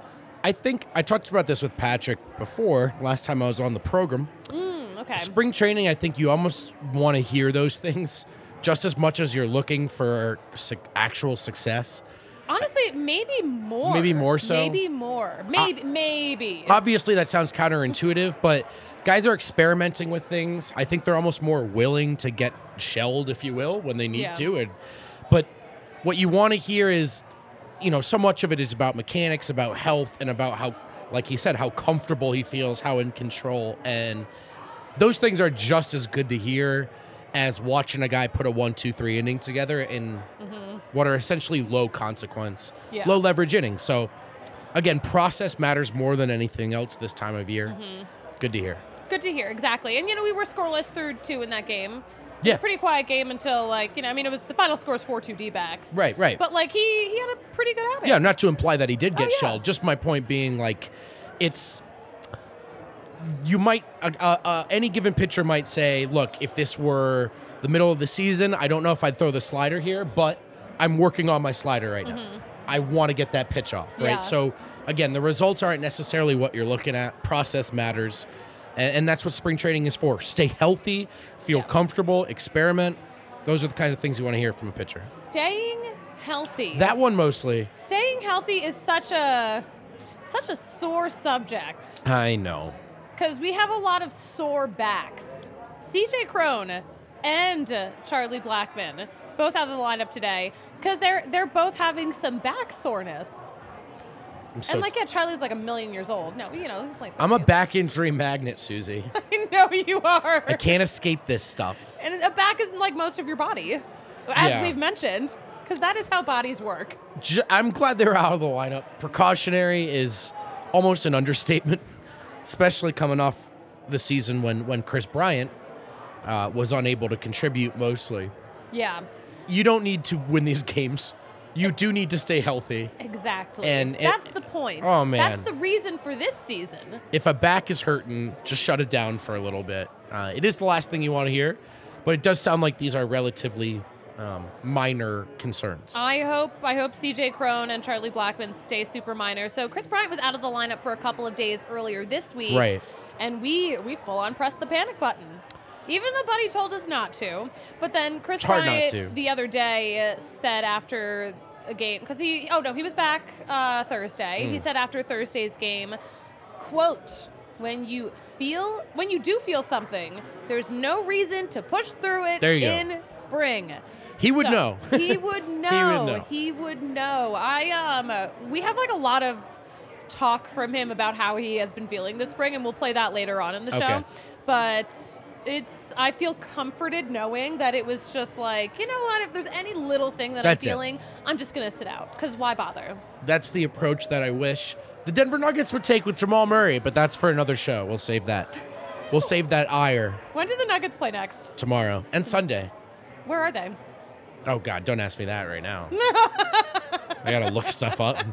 Speaker 2: I think I talked about this with Patrick before last time I was on the program.
Speaker 1: Mm, okay.
Speaker 2: Spring training, I think you almost want to hear those things just as much as you're looking for suc actual success.
Speaker 1: Honestly, maybe more.
Speaker 2: Maybe more so? Uh,
Speaker 1: Maybe more. Maybe. maybe.
Speaker 2: Obviously, that sounds counterintuitive, but guys are experimenting with things. I think they're almost more willing to get shelled, if you will, when they need
Speaker 1: Yeah.
Speaker 2: to. And, but what you want to hear is, you know, so much of it is about mechanics, about health, and about how, like he said, how comfortable he feels, how in control. And those things are just as good to hear as watching a guy put a one, two, three inning together in what are essentially low consequence,
Speaker 1: Yeah.
Speaker 2: low leverage innings. So, again, process matters more than anything else this time of year. Good to hear.
Speaker 1: Good to hear. Exactly. And you know, we were scoreless through two in that game.
Speaker 2: Yeah.
Speaker 1: Pretty quiet game until like you know, I mean, it was the final score was four two D backs.
Speaker 2: Right, right.
Speaker 1: But like he he had a pretty good outing.
Speaker 2: yeah, not to imply that he did get
Speaker 1: Oh, yeah.
Speaker 2: shelled. Just my point being, like, it's you might uh, uh, uh, any given pitcher might say, look, if this were the middle of the season, I don't know if I'd throw the slider here, but I'm working on my slider right now. I want to get that pitch off,
Speaker 1: Mm-hmm. Yeah.
Speaker 2: right? So again, the results aren't necessarily what you're looking at. Process matters, and, and that's what spring training is for. Stay healthy, feel comfortable, experiment. Those are the kinds of things you want to hear from a pitcher.
Speaker 1: Staying healthy.
Speaker 2: That one mostly.
Speaker 1: Staying healthy is such a such a sore subject
Speaker 2: I know.
Speaker 1: because we have a lot of sore backs. CJ Crone and Charlie Blackman both out of the lineup today because they're they're both having some back soreness.
Speaker 2: I'm so
Speaker 1: and like yeah, Charlie's like a million years old. No, you know, he's like
Speaker 2: I'm a
Speaker 1: 30s.
Speaker 2: back injury magnet, Susie.
Speaker 1: I know you are.
Speaker 2: I can't escape this stuff.
Speaker 1: And a back is like most of your body, as
Speaker 2: Yeah.
Speaker 1: we've mentioned, because that is how bodies work.
Speaker 2: J- I'm glad they're out of the lineup. Precautionary is almost an understatement, especially coming off the season when when Chris Bryant uh, was unable to contribute mostly.
Speaker 1: Yeah,
Speaker 2: You don't need to win these games. You do need to stay healthy.
Speaker 1: exactly.
Speaker 2: And it-
Speaker 1: that's the point.
Speaker 2: Oh,
Speaker 1: that's
Speaker 2: man.
Speaker 1: the reason for this season.
Speaker 2: If a back is hurting, just shut it down for a little bit. Uh, it is the last thing you want to hear, but it does sound like these are relatively um, minor concerns.
Speaker 1: I hope I hope CJ Crone and Charlie Blackman stay super minor. So Chris Bryant was out of the lineup for a couple of days earlier this week.
Speaker 2: Right.
Speaker 1: And we we full on pressed the panic button. Even though Buddy told us not to. But then Chris
Speaker 2: It's hard not
Speaker 1: Bryant
Speaker 2: to.
Speaker 1: the other day uh, said after a game cuz he oh no, he was back uh, Thursday.
Speaker 2: Hmm.
Speaker 1: He said after Thursday's game, quote, when you feel when you do feel something, there's no reason to push through it
Speaker 2: There you go.
Speaker 1: in spring.
Speaker 2: He would
Speaker 1: So,
Speaker 2: know.
Speaker 1: he would know.
Speaker 2: know.
Speaker 1: He would know. I um, uh, we have like a lot of talk from him about how he has been feeling this spring, and we'll play that later on in the show.
Speaker 2: Okay.
Speaker 1: But it's I feel comforted knowing that it was just like you know what, if there's any little thing that
Speaker 2: That's it.
Speaker 1: I'm feeling, I'm just gonna sit out because why bother?
Speaker 2: That's the approach that I wish the Denver Nuggets would take with Jamal Murray, but that's for another show. We'll save that. We'll save that ire
Speaker 1: When do the Nuggets play next?
Speaker 2: tomorrow and Sunday.
Speaker 1: Where are they?
Speaker 2: Oh God, don't ask me that right now. I gotta look stuff up.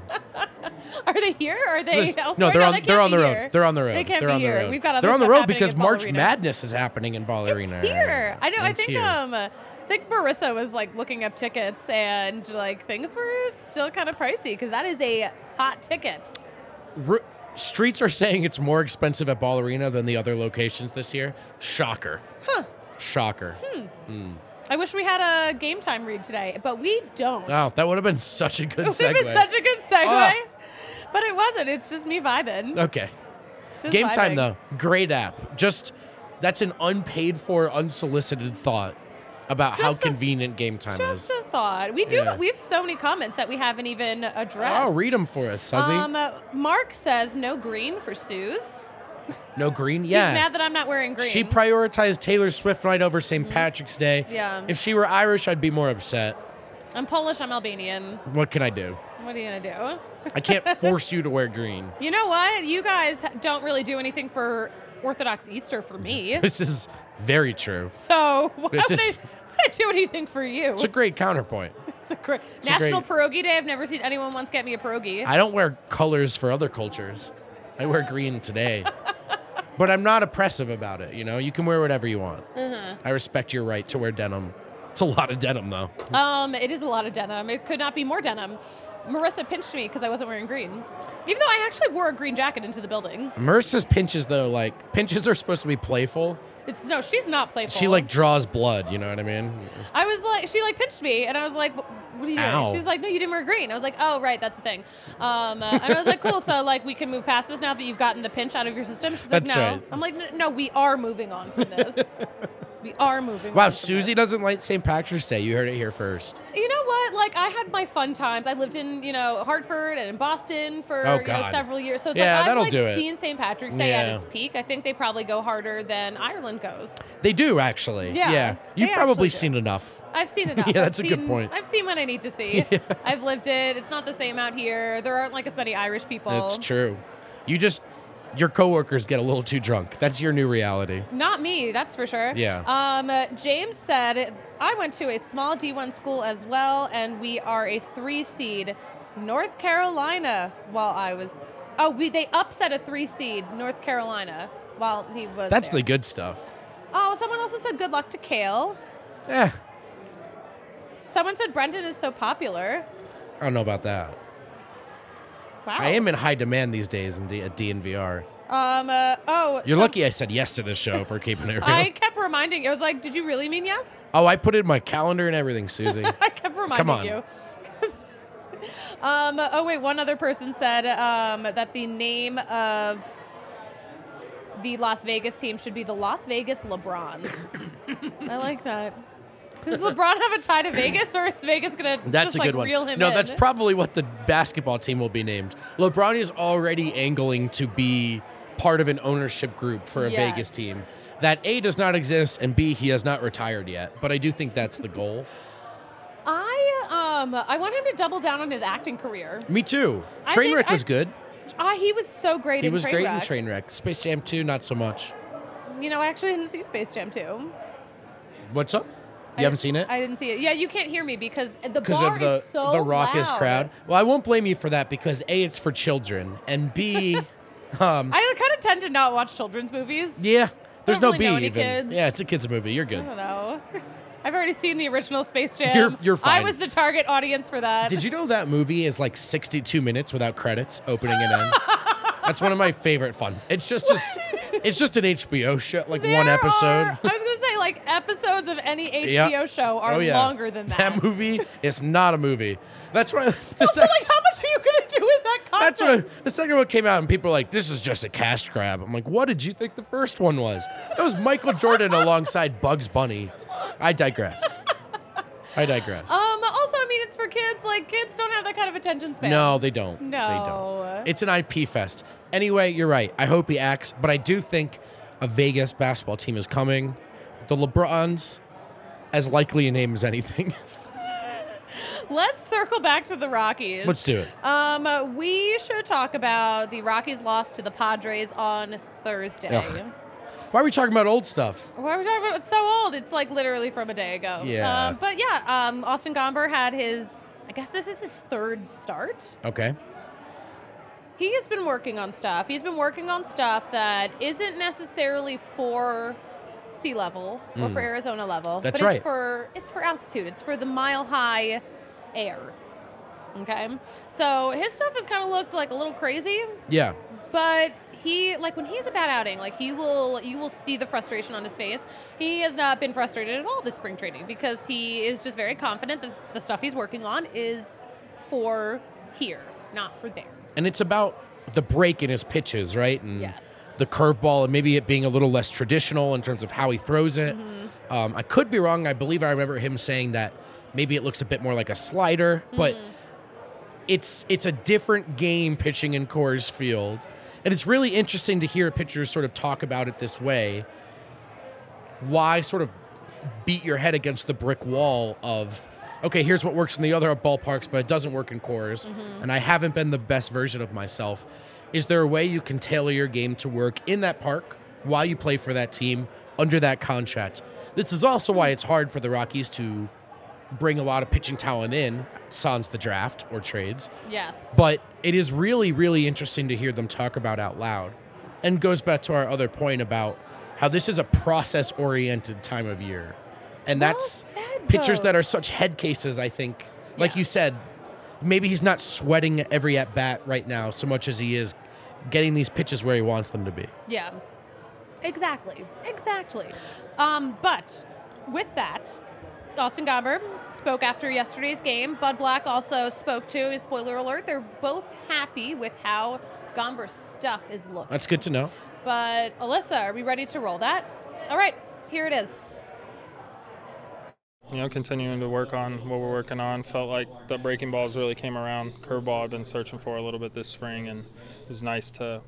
Speaker 1: Are they here? Or are they?
Speaker 2: Just-
Speaker 1: elsewhere?
Speaker 2: no, they're on.
Speaker 1: they
Speaker 2: they're
Speaker 1: can't
Speaker 2: on the
Speaker 1: be
Speaker 2: road.
Speaker 1: here.
Speaker 2: They're on the road.
Speaker 1: They can't
Speaker 2: they're
Speaker 1: be
Speaker 2: on the
Speaker 1: here.
Speaker 2: road.
Speaker 1: We've got other
Speaker 2: they're on the
Speaker 1: stuff
Speaker 2: road
Speaker 1: happening
Speaker 2: because
Speaker 1: at Ball
Speaker 2: March
Speaker 1: Arena.
Speaker 2: Madness is happening in Ball Arena.
Speaker 1: It's here. I know. I
Speaker 2: It's
Speaker 1: think
Speaker 2: here.
Speaker 1: um, I think Marissa was like looking up tickets, and like things were still kind of pricey because that is a hot ticket.
Speaker 2: Ru- streets are saying it's more expensive at Ball Arena than the other locations this year. Shocker. Huh. Shocker.
Speaker 1: Hmm. I wish we had a game time read today, but we don't.
Speaker 2: Wow, that would have been such a good
Speaker 1: it would
Speaker 2: Oh, segue.
Speaker 1: have been such a good segue,
Speaker 2: Ah.
Speaker 1: but it wasn't. It's just me vibing.
Speaker 2: okay.
Speaker 1: Just
Speaker 2: Uh, Game
Speaker 1: vibing.
Speaker 2: time though, great app. Just that's an unpaid for, unsolicited thought about how
Speaker 1: Just a-
Speaker 2: convenient game time
Speaker 1: Just
Speaker 2: is.
Speaker 1: a thought. We do.
Speaker 2: Yeah.
Speaker 1: We have so many comments that we haven't even addressed.
Speaker 2: Oh, read them for us, Suzy.
Speaker 1: Um, uh, Mark says no green for Suze.
Speaker 2: no green,
Speaker 1: He's
Speaker 2: yeah.
Speaker 1: mad that I'm not wearing green. Mm-hmm.
Speaker 2: She prioritized Taylor Swift night over St. Patrick's Day.
Speaker 1: Yeah.
Speaker 2: If she were Irish, I'd be more upset.
Speaker 1: I'm Polish. I'm Albanian.
Speaker 2: What can I do?
Speaker 1: What are you gonna do?
Speaker 2: I can't force you to wear green.
Speaker 1: You know what? You guys don't really do anything for Orthodox Easter for me.
Speaker 2: This is very true.
Speaker 1: So why would,
Speaker 2: This
Speaker 1: I,
Speaker 2: is-
Speaker 1: why would I do anything for you?
Speaker 2: It's a great counterpoint.
Speaker 1: It's a great
Speaker 2: a
Speaker 1: National Pierogi Day. I've never seen anyone once get me a pierogi.
Speaker 2: I don't wear colors for other cultures. I wear green today. but I'm not oppressive about it, you know? You can wear whatever you want.
Speaker 1: Uh-huh.
Speaker 2: I respect your right to wear denim. It's a lot of denim, though.
Speaker 1: um, it is a lot of denim. It could not be more denim. Marissa pinched me because I wasn't wearing green, even though I actually wore a green jacket into the building.
Speaker 2: Marissa's pinches, though, like, pinches are supposed to be playful.
Speaker 1: It's, no, she's not playful.
Speaker 2: She, like, draws blood, you know what I mean?
Speaker 1: I was like, she like pinched me, and I was like, "Wh- "What are you
Speaker 2: Ow.
Speaker 1: doing?" She's like, "No, you didn't wear green." I was like, "Oh, right, that's the thing." Um, uh, and I was like, "Cool, so like we can move past this now that you've gotten the pinch out of your system." She's like,
Speaker 2: That's
Speaker 1: "No,"
Speaker 2: right.
Speaker 1: I'm like, "N- "No, we are moving on from this. we are moving."
Speaker 2: Wow,
Speaker 1: on from
Speaker 2: Susie
Speaker 1: this."
Speaker 2: doesn't like St. Patrick's Day. You heard it here first.
Speaker 1: You know what? Like I had my fun times. I lived in you know Hartford and in Boston for
Speaker 2: Oh,
Speaker 1: you know
Speaker 2: God.
Speaker 1: several years, so it's
Speaker 2: Yeah,
Speaker 1: like I've
Speaker 2: that'll
Speaker 1: like
Speaker 2: do it.
Speaker 1: seen St. Patrick's Day at
Speaker 2: Yeah.
Speaker 1: its peak. I think they probably go harder than Ireland goes.
Speaker 2: They do, actually.
Speaker 1: Yeah, they
Speaker 2: You've probably
Speaker 1: actually do.
Speaker 2: seen enough.
Speaker 1: I've seen enough.
Speaker 2: Yeah, that's
Speaker 1: I've
Speaker 2: a good
Speaker 1: seen-
Speaker 2: point.
Speaker 1: I've seen what I need to see. I've lived it. It's not the same out here. There aren't like as many Irish people.
Speaker 2: That's true. You just, your coworkers get a little too drunk. That's your new reality.
Speaker 1: Not me, that's for sure.
Speaker 2: Yeah.
Speaker 1: Um, uh, James said, I went to a small D1 school as well, and we are a three seed. North Carolina, while I was. Oh, we, they upset a three seed, North Carolina, while he was.
Speaker 2: That's
Speaker 1: there.
Speaker 2: the good stuff.
Speaker 1: Oh, someone also said, good luck to Kale.
Speaker 2: Eh,
Speaker 1: Someone said, Brendan is so popular.
Speaker 2: I don't know about that.
Speaker 1: Wow.
Speaker 2: I am in high demand these days in D- at DNVR.
Speaker 1: Um, uh, oh,
Speaker 2: You're lucky I said yes to this show for keeping it real.
Speaker 1: I kept reminding. I was like, "Did you really mean yes?"
Speaker 2: oh, I put it in my calendar and everything, Susie.
Speaker 1: I kept reminding
Speaker 2: on.
Speaker 1: you. 'Cause- um, oh wait, one other person said um, that the name of the Las Vegas team should be the Las Vegas LeBrons. I like that. Does LeBron have a tie to Vegas, or is Vegas gonna
Speaker 2: That's
Speaker 1: just,
Speaker 2: a
Speaker 1: like,
Speaker 2: good one.
Speaker 1: reel him
Speaker 2: no,
Speaker 1: in?
Speaker 2: that's probably what the basketball team will be named. LeBron is already angling to be part of an ownership group for a
Speaker 1: Yes.
Speaker 2: Vegas team. That A does not exist and B he has not retired yet, but I do think that's the goal.
Speaker 1: I um I want him to double down on his acting career.
Speaker 2: Me too.
Speaker 1: I think
Speaker 2: Trainwreck
Speaker 1: I-
Speaker 2: was good.
Speaker 1: Ah, he was so great.
Speaker 2: He
Speaker 1: in
Speaker 2: was great
Speaker 1: Trainwreck.
Speaker 2: in Trainwreck. Space Jam 2 not so much.
Speaker 1: You know, I actually didn't see Space Jam 2.
Speaker 2: What's up? You
Speaker 1: I didn't-
Speaker 2: haven't seen it?
Speaker 1: I didn't see it. Yeah, you can't hear me because the
Speaker 2: because
Speaker 1: bar
Speaker 2: of the
Speaker 1: is so
Speaker 2: the raucous
Speaker 1: loud.
Speaker 2: crowd. Well, I won't blame you for that because a it's for children and b, um,
Speaker 1: I kind of tend to not watch children's movies.
Speaker 2: yeah, there's no
Speaker 1: really
Speaker 2: b
Speaker 1: know any
Speaker 2: even.
Speaker 1: kids.
Speaker 2: Yeah, it's a kids movie. You're
Speaker 1: I
Speaker 2: good.
Speaker 1: don't know. I've already seen the original Space Jam.
Speaker 2: You're- you're
Speaker 1: I
Speaker 2: fine.
Speaker 1: was the target audience for that.
Speaker 2: Did you know that movie is like 62 minutes without credits, opening and end? That's one of my favorite fun. It's just just it's just an HBO show, like
Speaker 1: There
Speaker 2: one
Speaker 1: Are,
Speaker 2: episode.
Speaker 1: I was gonna say like episodes of any HBO
Speaker 2: Yeah.
Speaker 1: show are
Speaker 2: oh, yeah.
Speaker 1: longer than that.
Speaker 2: That movie is not a movie. That's why the
Speaker 1: So
Speaker 2: sec-
Speaker 1: like, how much are you gonna do with that content?
Speaker 2: That's what I- the second one came out, and people were like, "This is just a cash grab." I'm like, "What did you think the first one was?" That was Michael Jordan alongside Bugs Bunny. I digress. I digress.
Speaker 1: um. Also, I mean, it's for kids. Like, kids don't have that kind of attention span.
Speaker 2: no, they don't. they
Speaker 1: No.
Speaker 2: don't. It's an IP fest. Anyway, you're right. I hope he acts, but I do think a Vegas basketball team is coming. The LeBrons, as likely a name as anything.
Speaker 1: Let's circle back to the Rockies.
Speaker 2: Let's do it.
Speaker 1: Um, uh, we should talk about the Rockies' loss to the Padres on Thursday.
Speaker 2: Ugh. Why are we talking about old stuff?
Speaker 1: Why are we talking about? It's so old. It's like literally from a day ago.
Speaker 2: Yeah.
Speaker 1: Um, but yeah, um, Austin Gomber had his. I guess this is his third start.
Speaker 2: Okay.
Speaker 1: He has been working on stuff. He's been working on stuff that isn't necessarily for sea level or for Arizona level.
Speaker 2: Mm. That's
Speaker 1: but
Speaker 2: right.
Speaker 1: It's for it's for altitude. It's for the mile high air. Okay. So his stuff has kind of looked like a little crazy.
Speaker 2: Yeah.
Speaker 1: But he like when he's a bad outing, like he will you will see the frustration on his face. He has not been frustrated at all this spring training because he is just very confident that the stuff he's working on is for here, not for there.
Speaker 2: and it's about the break in his pitches, right? And
Speaker 1: Yes.
Speaker 2: the curveball, and maybe it being a little less traditional in terms of how he throws it. Um, I could be wrong. I believe I remember him saying that maybe it looks a bit more like a slider, but it's it's a different game pitching in Coors Field, and it's really interesting to hear pitchers sort of talk about it this way. Why sort of beat your head against the brick wall of okay here's what works in the other ballparks but it doesn't work in cores and i haven't been the best version of myself is there a way you can tailor your game to work in that park while you play for that team under that contract this is also why it's hard for the rockies to bring a lot of pitching talent in, sans the draft or trades.
Speaker 1: Yes.
Speaker 2: But it is really, really interesting to hear them talk about out loud. And goes back to our other point about how this is a process oriented time of year. And
Speaker 1: Well
Speaker 2: that's
Speaker 1: said,
Speaker 2: pitchers that are
Speaker 1: Coach.
Speaker 2: such head cases, I think. Like
Speaker 1: Yeah.
Speaker 2: you said, maybe he's not sweating every at bat right now so much as he is getting these pitches where he wants them to be.
Speaker 1: Yeah. Exactly. Exactly. Um, but with that, Austin Gomber spoke after yesterday's game. Bud Black also spoke to his spoiler alert. They're both happy with how Gomber's stuff is looking.
Speaker 2: That's good to know.
Speaker 1: But Alyssa, are we ready to roll that? All right, here it is.
Speaker 7: you know, continuing to work on what we're working on. Felt like the breaking balls really came around. Curveball I've been searching for a little bit this spring, and it was nice to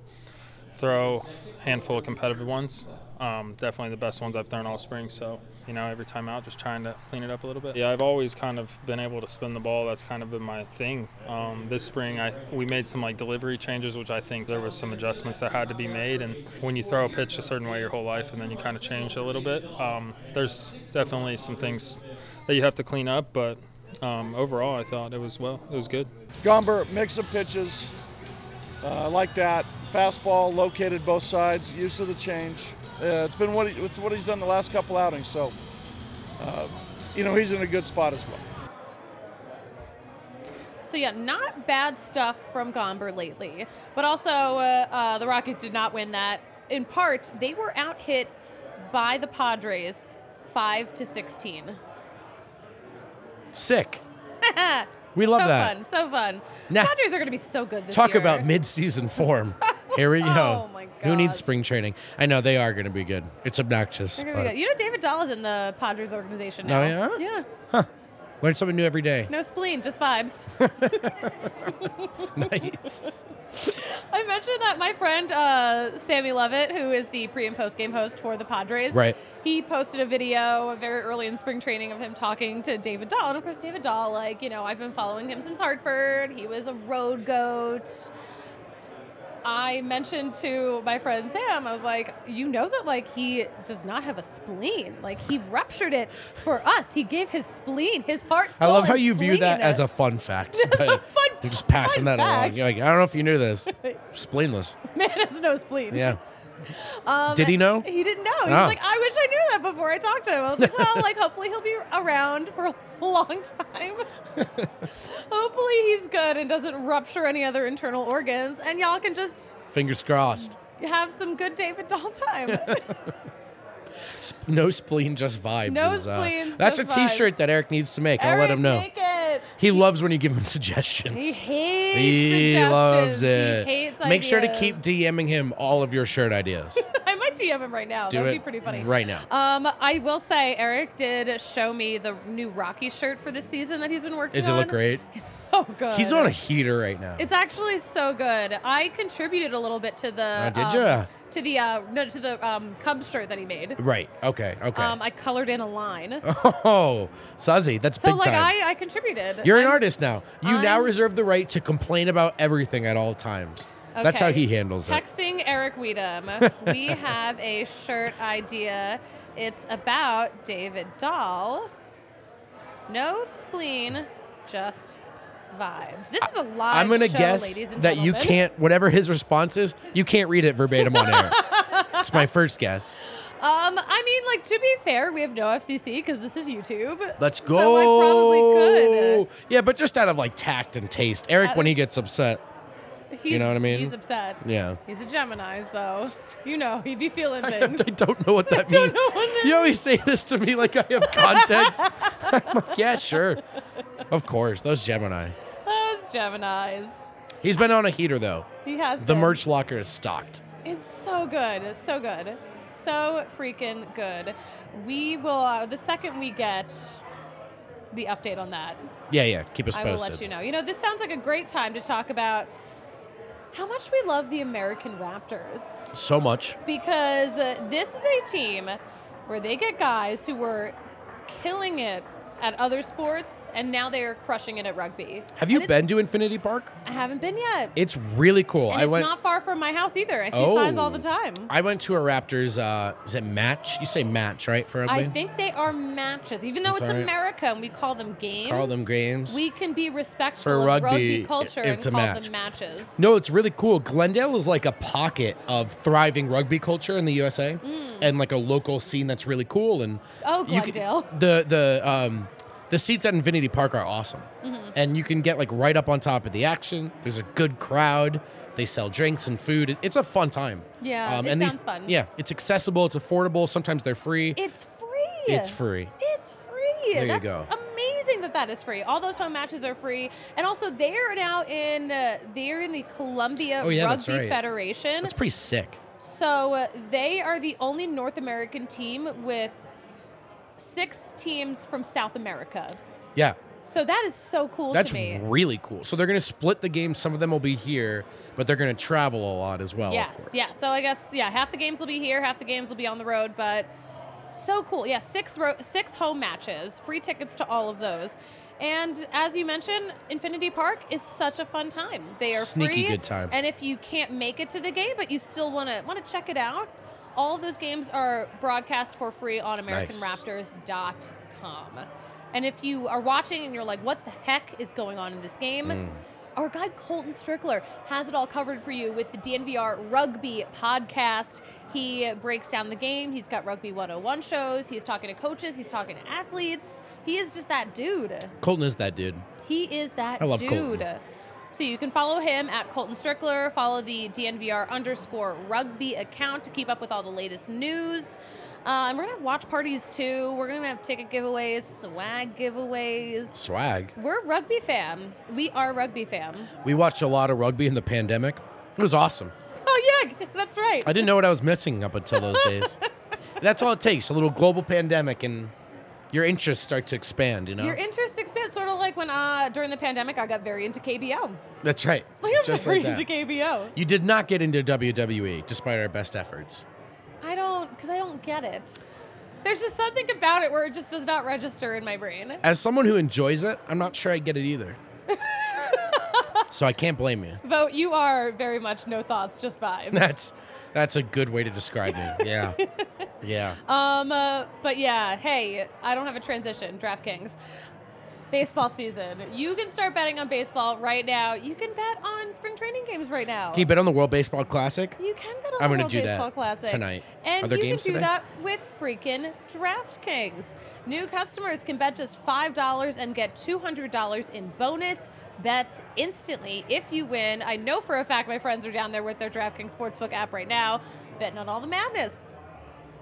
Speaker 7: throw a handful of competitive ones. Um, definitely the best ones I've thrown all spring. So, you know, every time out, just trying to clean it up a little bit. Yeah, I've always kind of been able to spin the ball. That's kind of been my thing. Um, this spring, I we made some like delivery changes, which I think there was some adjustments that had to be made. And when you throw a pitch a certain way your whole life, and then you kind of change a little bit, um, there's definitely some things that you have to clean up. But um, overall, I thought it was well, it was good.
Speaker 8: Gomber, mix of pitches. Uh, like that. Fastball located both sides, use of the change. Uh, it's been what, he, it's what he's done the last couple outings. So, uh, you know, he's in a good spot as well.
Speaker 1: So yeah, not bad stuff from Gomber lately. But also, uh, uh, the Rockies did not win that. In part, they were out hit by the Padres, five to sixteen.
Speaker 2: Sick. We love
Speaker 1: so
Speaker 2: that.
Speaker 1: Fun, so fun.
Speaker 2: Nah.
Speaker 1: Padres are going to be so good this
Speaker 2: Talk
Speaker 1: year.
Speaker 2: about mid-season form. Here we go.
Speaker 1: Oh my
Speaker 2: Who
Speaker 1: God.
Speaker 2: needs spring training? I know they are going to be good. It's obnoxious.
Speaker 1: They're gonna be
Speaker 2: but
Speaker 1: good. You know, David Dahl is in the Padres organization now.
Speaker 2: Oh, yeah?
Speaker 1: Yeah.
Speaker 2: Learn something new every day.
Speaker 1: No spleen, just vibes.
Speaker 2: nice.
Speaker 1: I mentioned that my friend uh, Sammy Levitt, who is the pre and post game host for the Padres,
Speaker 2: Right.
Speaker 1: He posted a video very early in spring training of him talking to David Dahl, and of course David Dahl, like you know, I've been following him since Hartford. He was a road goat. I mentioned to my friend Sam, I was like, you know that like he does not have a spleen. Like he ruptured it for us. He gave his spleen, his heart.
Speaker 2: I
Speaker 1: Soul,
Speaker 2: love how
Speaker 1: and
Speaker 2: you view that
Speaker 1: spleen.
Speaker 2: as a fun fact.
Speaker 1: a
Speaker 2: but
Speaker 1: fun-
Speaker 2: I'm just passing
Speaker 1: fun
Speaker 2: that along.
Speaker 1: fact.
Speaker 2: You're like, I don't know if you knew this. Spleenless.
Speaker 1: man has no spleen.
Speaker 2: Yeah.
Speaker 1: Um,
Speaker 2: Did he know?
Speaker 1: He didn't know. He
Speaker 2: Ah.
Speaker 1: was like, I wish I knew that before I talked to him. I was like, well, like hopefully he'll be around for a long time. hopefully he's good and doesn't rupture any other internal organs, and y'all can just
Speaker 2: Fingers crossed.
Speaker 1: have some good David Dahl time.
Speaker 2: Sp- no spleen, just vibes.
Speaker 1: No
Speaker 2: is, uh,
Speaker 1: spleens,
Speaker 2: That's
Speaker 1: just
Speaker 2: a T-shirt that Eric needs to make. I'll let
Speaker 1: Eric,
Speaker 2: him know.
Speaker 1: Make it.
Speaker 2: He loves when you give him suggestions.
Speaker 1: He hates
Speaker 2: He
Speaker 1: suggestions.
Speaker 2: loves
Speaker 1: He
Speaker 2: it.
Speaker 1: hates
Speaker 2: Make sure to keep
Speaker 1: ideas.
Speaker 2: DMing him all of your shirt ideas.
Speaker 1: I might DM him right now.
Speaker 2: Do
Speaker 1: that would be
Speaker 2: it
Speaker 1: pretty funny.
Speaker 2: right now.
Speaker 1: Um, I will say Eric did show me the new Rocky shirt for this season that he's been working
Speaker 2: Does it
Speaker 1: on.
Speaker 2: look great?
Speaker 1: It's so good.
Speaker 2: He's on a heater right now.
Speaker 1: It's actually so good. I contributed a little bit to the.
Speaker 2: Oh, did
Speaker 1: um,
Speaker 2: ya?
Speaker 1: To the uh, no, to the um, Cubs shirt that he made.
Speaker 2: right. Okay. Okay.
Speaker 1: Um, I colored in a line.
Speaker 2: oh, Sazzy, that's
Speaker 1: So
Speaker 2: big
Speaker 1: like
Speaker 2: time.
Speaker 1: I, I contributed.
Speaker 2: You're an
Speaker 1: I'm-
Speaker 2: artist now. You now
Speaker 1: I'm-
Speaker 2: reserve the right to complain about everything at all times. That's how
Speaker 1: Okay.
Speaker 2: he handles it.
Speaker 1: Texting Eric Weedham. we have a shirt idea. It's about David Dahl. No spleen, just vibes. This is a live
Speaker 2: I'm gonna
Speaker 1: show,
Speaker 2: guess
Speaker 1: ladies and
Speaker 2: that you
Speaker 1: gentlemen.
Speaker 2: can't. Whatever his response is, you can't read it verbatim on air. It's my first guess.
Speaker 1: Um, I mean, like to be fair, we have no FCC because this is YouTube.
Speaker 2: Let's go.
Speaker 1: So like, probably
Speaker 2: Yeah, but just out of like tact and taste. Eric,
Speaker 1: Out
Speaker 2: when
Speaker 1: of-
Speaker 2: he gets upset,
Speaker 1: could. He's,
Speaker 2: know what I mean?
Speaker 1: He's upset.
Speaker 2: yeah.
Speaker 1: He's a Gemini, so you know he'd be feeling
Speaker 2: I
Speaker 1: things.
Speaker 2: don't know what that
Speaker 1: don't
Speaker 2: means.
Speaker 1: know what that
Speaker 2: you always say this to me like I have context. I'm like, yeah, sure. Of course, those Gemini.
Speaker 1: Those Geminis.
Speaker 2: He's been on a heater though.
Speaker 1: He has
Speaker 2: The
Speaker 1: been.
Speaker 2: merch locker is stocked.
Speaker 1: It's so good, so good, so freaking good. We will uh, the second we get the update on that,
Speaker 2: Yeah, yeah. Keep us
Speaker 1: I
Speaker 2: posted.
Speaker 1: will let you know. You know, this sounds like a great time to talk about how much we love the American Raptors.
Speaker 2: So much.
Speaker 1: because uh, this is a team where they get guys who were killing it at other sports, and now they are crushing it at rugby.
Speaker 2: Have you
Speaker 1: And it's-
Speaker 2: been to Infinity Park?
Speaker 1: I haven't been yet.
Speaker 2: It's really cool.
Speaker 1: and
Speaker 2: I
Speaker 1: it's
Speaker 2: went. Oh,
Speaker 1: not far from my house either. I see signs all the time.
Speaker 2: I went to a Raptors. Uh, is it match? You say match, right? For
Speaker 1: I
Speaker 2: ugly.
Speaker 1: think they are matches, even though
Speaker 2: That's
Speaker 1: it's
Speaker 2: all right.
Speaker 1: America and we call them games.
Speaker 2: Call them games.
Speaker 1: We can be respectful
Speaker 2: For
Speaker 1: of rugby,
Speaker 2: rugby,
Speaker 1: culture
Speaker 2: i- it's
Speaker 1: and
Speaker 2: a
Speaker 1: call
Speaker 2: match.
Speaker 1: them matches.
Speaker 2: No, it's really cool. Glendale is like a pocket of thriving rugby culture in the USA, and like a local scene that's really cool. And
Speaker 1: Mm. Oh,
Speaker 2: you can-
Speaker 1: Glendale.
Speaker 2: the the um, the seats at Infinity Park are awesome,
Speaker 1: Mm-hmm.
Speaker 2: and you can get like right up on top of the action. There's a good crowd. They sell drinks and food. It- It's a fun time.
Speaker 1: Yeah, it
Speaker 2: um, and these-
Speaker 1: sounds fun.
Speaker 2: Yeah, it's accessible. It's affordable. Sometimes they're free.
Speaker 1: It's free.
Speaker 2: It's free.
Speaker 1: It's free.
Speaker 2: There you
Speaker 1: That's
Speaker 2: go.
Speaker 1: amazing that that is free. All those home matches are free, and also they are now in uh, they're in the Columbia
Speaker 2: Oh, yeah, that's
Speaker 1: Rugby
Speaker 2: right.
Speaker 1: Federation.
Speaker 2: It's pretty sick.
Speaker 1: So uh, they are the only North American team with six teams from South America.
Speaker 2: Yeah,
Speaker 1: So that is so cool
Speaker 2: that's
Speaker 1: to me.
Speaker 2: really cool. So they're gonna split the game. Some of them will be here, but they're gonna travel a lot as well. of
Speaker 1: yes,
Speaker 2: course.
Speaker 1: yeah. So I guess yeah, half the games will be here, half the games will be on the road, but so cool. Yeah, six ro- six home matches, free tickets to all of those. And as you mentioned, Infinity Park is such a fun time. They are
Speaker 2: Sneaky
Speaker 1: free,
Speaker 2: good time.
Speaker 1: And if you can't make it to the game, but you still want to want to check it out, all of those games are broadcast for free on AmericanRaptors.com. And if you are watching and you're like, "What the heck is going on in this game?" Our guy Colton Strickler has it all covered for you with the DNVR Rugby podcast. He breaks down the game. He's got Rugby 101 shows. He's talking to coaches. He's talking to athletes. He is just that dude.
Speaker 2: Colton is that dude.
Speaker 1: He is that
Speaker 2: I love
Speaker 1: dude.
Speaker 2: Colton.
Speaker 1: So you can follow him at Colton Strickler. Follow the DNVR underscore rugby account to keep up with all the latest news. Uh, and we're gonna have watch parties too. We're gonna have ticket giveaways, swag giveaways.
Speaker 2: Swag.
Speaker 1: We're rugby fam. We are rugby fam.
Speaker 2: We watched a lot of rugby in the pandemic. It was awesome.
Speaker 1: Oh yeah, that's right.
Speaker 2: I didn't know what I was missing up until those days. That's all it takes a little global pandemic, and your interests start to expand, you know?
Speaker 1: Your interest expands, sort of like when uh, during the pandemic I got very into KBO.
Speaker 2: That's right.
Speaker 1: Like I'm
Speaker 2: Just
Speaker 1: very
Speaker 2: like that.
Speaker 1: into KBO.
Speaker 2: You did not get into WWE despite our best efforts.
Speaker 1: I don't, because I don't get it. There's just something about it where it just does not register in my brain.
Speaker 2: As someone who enjoys it, I'm not sure I get it either. so I can't blame you.
Speaker 1: Vote, you are very much no thoughts, just vibes.
Speaker 2: That's that's a good way to describe me. Yeah. Yeah.
Speaker 1: um, uh, but yeah, hey, I don't have a transition. DraftKings, baseball season. You can start betting on baseball right now. You can bet on spring training games right now.
Speaker 2: Can you bet on the World Baseball Classic?
Speaker 1: You can bet on
Speaker 2: I'm
Speaker 1: the
Speaker 2: gonna
Speaker 1: World
Speaker 2: do that
Speaker 1: Baseball Classic
Speaker 2: tonight.
Speaker 1: and
Speaker 2: Are there
Speaker 1: you
Speaker 2: games
Speaker 1: can do
Speaker 2: today?
Speaker 1: that with freaking DraftKings. New customers can bet just five dollars and get two hundred dollars in bonus bets instantly if you win. I know for a fact my friends are down there with their DraftKings sportsbook app right now, betting on all the madness,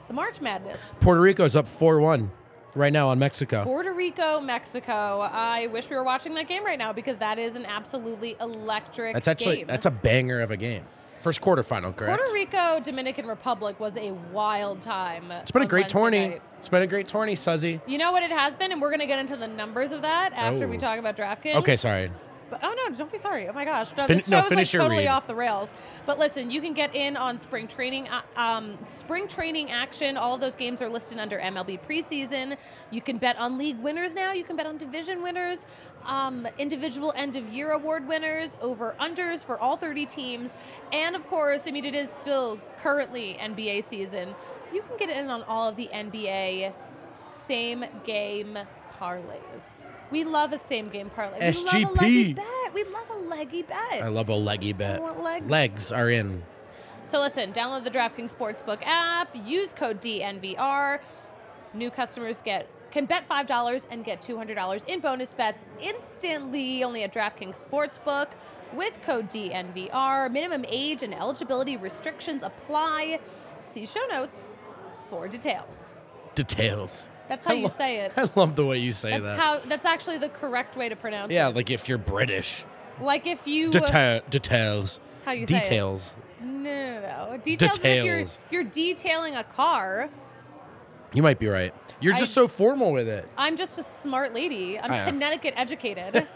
Speaker 1: the March Madness.
Speaker 2: Puerto Rico's up 4 1 right now on Mexico.
Speaker 1: Puerto Rico, Mexico. I wish we were watching that game right now because that is an absolutely electric.
Speaker 2: That's actually
Speaker 1: game.
Speaker 2: that's a banger of a game. First quarterfinal, correct?
Speaker 1: Puerto Rico, Dominican Republic was a wild time.
Speaker 2: It's been a
Speaker 1: on
Speaker 2: great
Speaker 1: Wednesday
Speaker 2: tourney.
Speaker 1: night.
Speaker 2: It's been a great tourney, Suzzy.
Speaker 1: You know what it has been, and we're gonna get into the numbers of that after we
Speaker 2: Oh.
Speaker 1: talk about DraftKings.
Speaker 2: Okay, sorry.
Speaker 1: But, oh no, don't be sorry. Oh my gosh, no,
Speaker 2: Fin-
Speaker 1: this
Speaker 2: no,
Speaker 1: show is like
Speaker 2: finish your
Speaker 1: totally
Speaker 2: read.
Speaker 1: off the rails. But listen, you can get in on spring training, uh, um, spring training action. All of those games are listed under MLB preseason. You can bet on league winners now. You can bet on division winners, um, individual end of year award winners, over unders for all 30 teams, and of course, I mean it is still currently NBA season. You can get in on all of the NBA same game parlays. We love a same game parlay. We love a leggy
Speaker 2: SGP.
Speaker 1: bet. We love a leggy bet.
Speaker 2: I love a leggy bet.
Speaker 1: want legs.
Speaker 2: are in.
Speaker 1: So listen, download the DraftKings Sportsbook app, use code DNVR. New customers get can bet $5 and get $200 in bonus bets instantly only at DraftKings Sportsbook with code DNVR. Minimum age and eligibility restrictions apply. See show notes for details.
Speaker 2: Details.
Speaker 1: That's how
Speaker 2: I
Speaker 1: you
Speaker 2: lo-
Speaker 1: say it.
Speaker 2: I love the way you say
Speaker 1: That's
Speaker 2: that.
Speaker 1: how that's actually the correct way to pronounce
Speaker 2: yeah,
Speaker 1: it.
Speaker 2: like if you're British.
Speaker 1: Like if you uh,
Speaker 2: Deta- details.
Speaker 1: That's how you say it.
Speaker 2: Details.
Speaker 1: No, no, no. Details, is If, you're,
Speaker 2: Details.
Speaker 1: if you're detailing a car,
Speaker 2: You might be right. You're
Speaker 1: I-
Speaker 2: just so formal with it.
Speaker 1: I'm just a smart lady. I'm
Speaker 2: I know.
Speaker 1: Connecticut educated.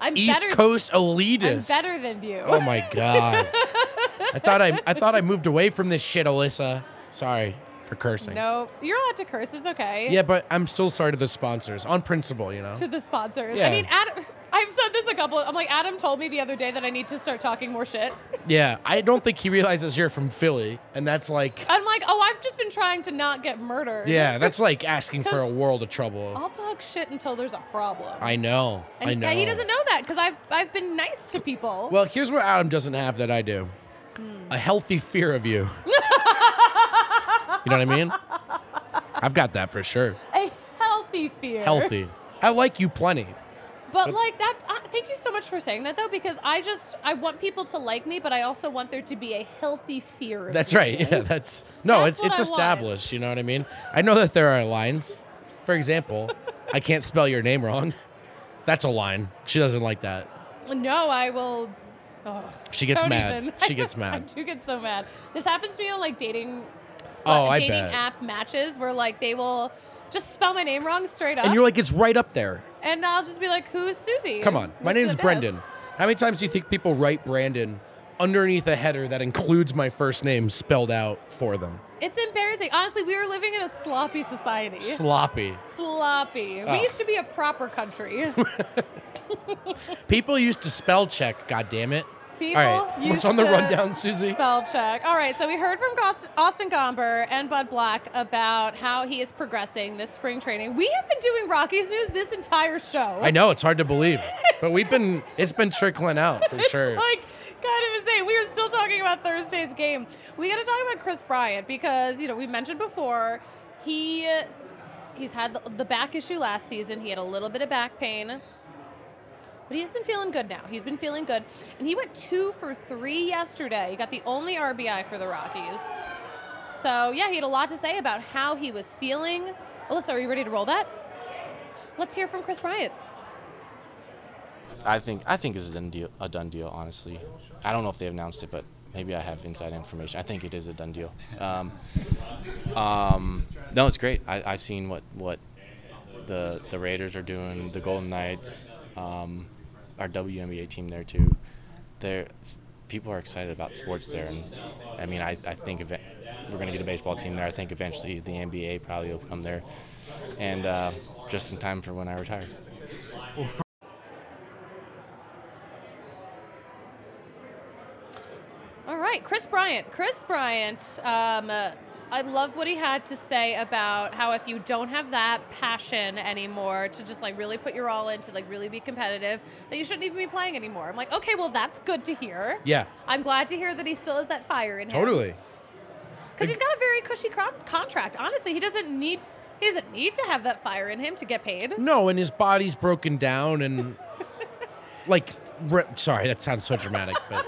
Speaker 1: I'm
Speaker 2: East
Speaker 1: better
Speaker 2: Coast
Speaker 1: I'm
Speaker 2: elitist.
Speaker 1: better than you.
Speaker 2: Oh my god. I thought I I thought I moved away from this shit, Alyssa. Sorry. for cursing.
Speaker 1: Nope. You're allowed to curse. It's okay.
Speaker 2: Yeah, but I'm still sorry to the sponsors on principle, you know.
Speaker 1: To the sponsors.
Speaker 2: Yeah.
Speaker 1: I mean, Adam, I've said this a couple. I'm like, Adam told me the other day that I need to start talking more shit.
Speaker 2: Yeah, I don't think he realizes you're from Philly, and that's like,
Speaker 1: I'm like, oh, I've just been trying to not get murdered.
Speaker 2: yeah, that's like asking for a world of trouble.
Speaker 1: I'll talk shit until there's a problem.
Speaker 2: I know,
Speaker 1: Oh and,
Speaker 2: I know.
Speaker 1: and he doesn't know that because I've I've been nice to people.
Speaker 2: Well, here's what Adam doesn't have that I do:
Speaker 1: Hmm.
Speaker 2: a healthy fear of you. you know what I mean? I've got that for sure.
Speaker 1: a healthy fear.
Speaker 2: Healthy. I like you plenty.
Speaker 1: But like that's uh, thank you so much for saying that though because I just I want people to like me but I also want there to be a healthy fear. of
Speaker 2: That's
Speaker 1: me.
Speaker 2: right. Yeah, that's no,
Speaker 1: That's
Speaker 2: it's it's
Speaker 1: what I want.
Speaker 2: established. You know what I mean? I know that there are lines. For example, I can't spell your name wrong. That's a line. She doesn't like that.
Speaker 1: No, I will. Oh,
Speaker 2: She gets
Speaker 1: don't
Speaker 2: mad.
Speaker 1: even.
Speaker 2: She gets
Speaker 1: I
Speaker 2: mad.
Speaker 1: do get so mad. This happens to me on like dating, sli-
Speaker 2: Oh, I
Speaker 1: dating
Speaker 2: bet.
Speaker 1: app matches where like they will just spell my name wrong straight up,
Speaker 2: And you're like, it's right up there.
Speaker 1: and I'll just be like, "Who's Susie?"
Speaker 2: Come on. My
Speaker 1: What's
Speaker 2: name's
Speaker 1: the
Speaker 2: Brendan.
Speaker 1: best?
Speaker 2: How many times do you think people write Brandon underneath a header that includes my first name spelled out for them?
Speaker 1: It's embarrassing. Honestly, we are living in a sloppy society.
Speaker 2: Sloppy.
Speaker 1: sloppy.
Speaker 2: Ah.
Speaker 1: We used to be a proper country.
Speaker 2: People used to spell check, God damn it.
Speaker 1: People
Speaker 2: All right. What's
Speaker 1: used
Speaker 2: on the
Speaker 1: to
Speaker 2: rundown, Susie?
Speaker 1: Spell check. All right, so we heard from Gos- Austin Gomber and Bud Black about how he is progressing this spring training. We have been doing Rockies news this entire show.
Speaker 2: I know it's hard to believe, but we've been it's been trickling out for sure.
Speaker 1: It's like kind of insane. We are still talking about Thursday's game. We got to talk about Chris Bryant because you know we mentioned before he he's had the, the back issue last season. He had a little bit of back pain. But he's been feeling good now. He's been feeling good. And he went two for three yesterday. He got the only RBI for the Rockies. So, yeah, he had a lot to say about how he was feeling. Alyssa, are you ready to roll that? Let's hear from Chris Bryant.
Speaker 3: I think I think it's a done deal. A done deal, honestly. I don't know if they announced it, but maybe I have inside information. I think it is a done deal. Um, um, no, it's great. I, I've seen what what the the Raiders are doing. The Golden Knights, um, our WNBA team there too. There, people are excited about sports there, and I mean, I, I think if we're gonna get a baseball team there. I think eventually the NBA probably will come there, and uh, just in time for when I retire.
Speaker 1: All right, Chris Bryant. Chris Bryant. Um, uh, I love what he had to say about how if you don't have that passion anymore to just like really put your all in to like really be competitive, that you shouldn't even be playing anymore. I'm like, okay, well that's good to hear.
Speaker 2: Yeah.
Speaker 1: I'm glad to hear that he still has that fire in him.
Speaker 2: Totally.
Speaker 1: Because he's got a very cushy con- contract. Honestly, he doesn't need he doesn't need to have that fire in him to get paid.
Speaker 2: No, and his body's broken down and like re- sorry, that sounds so dramatic, but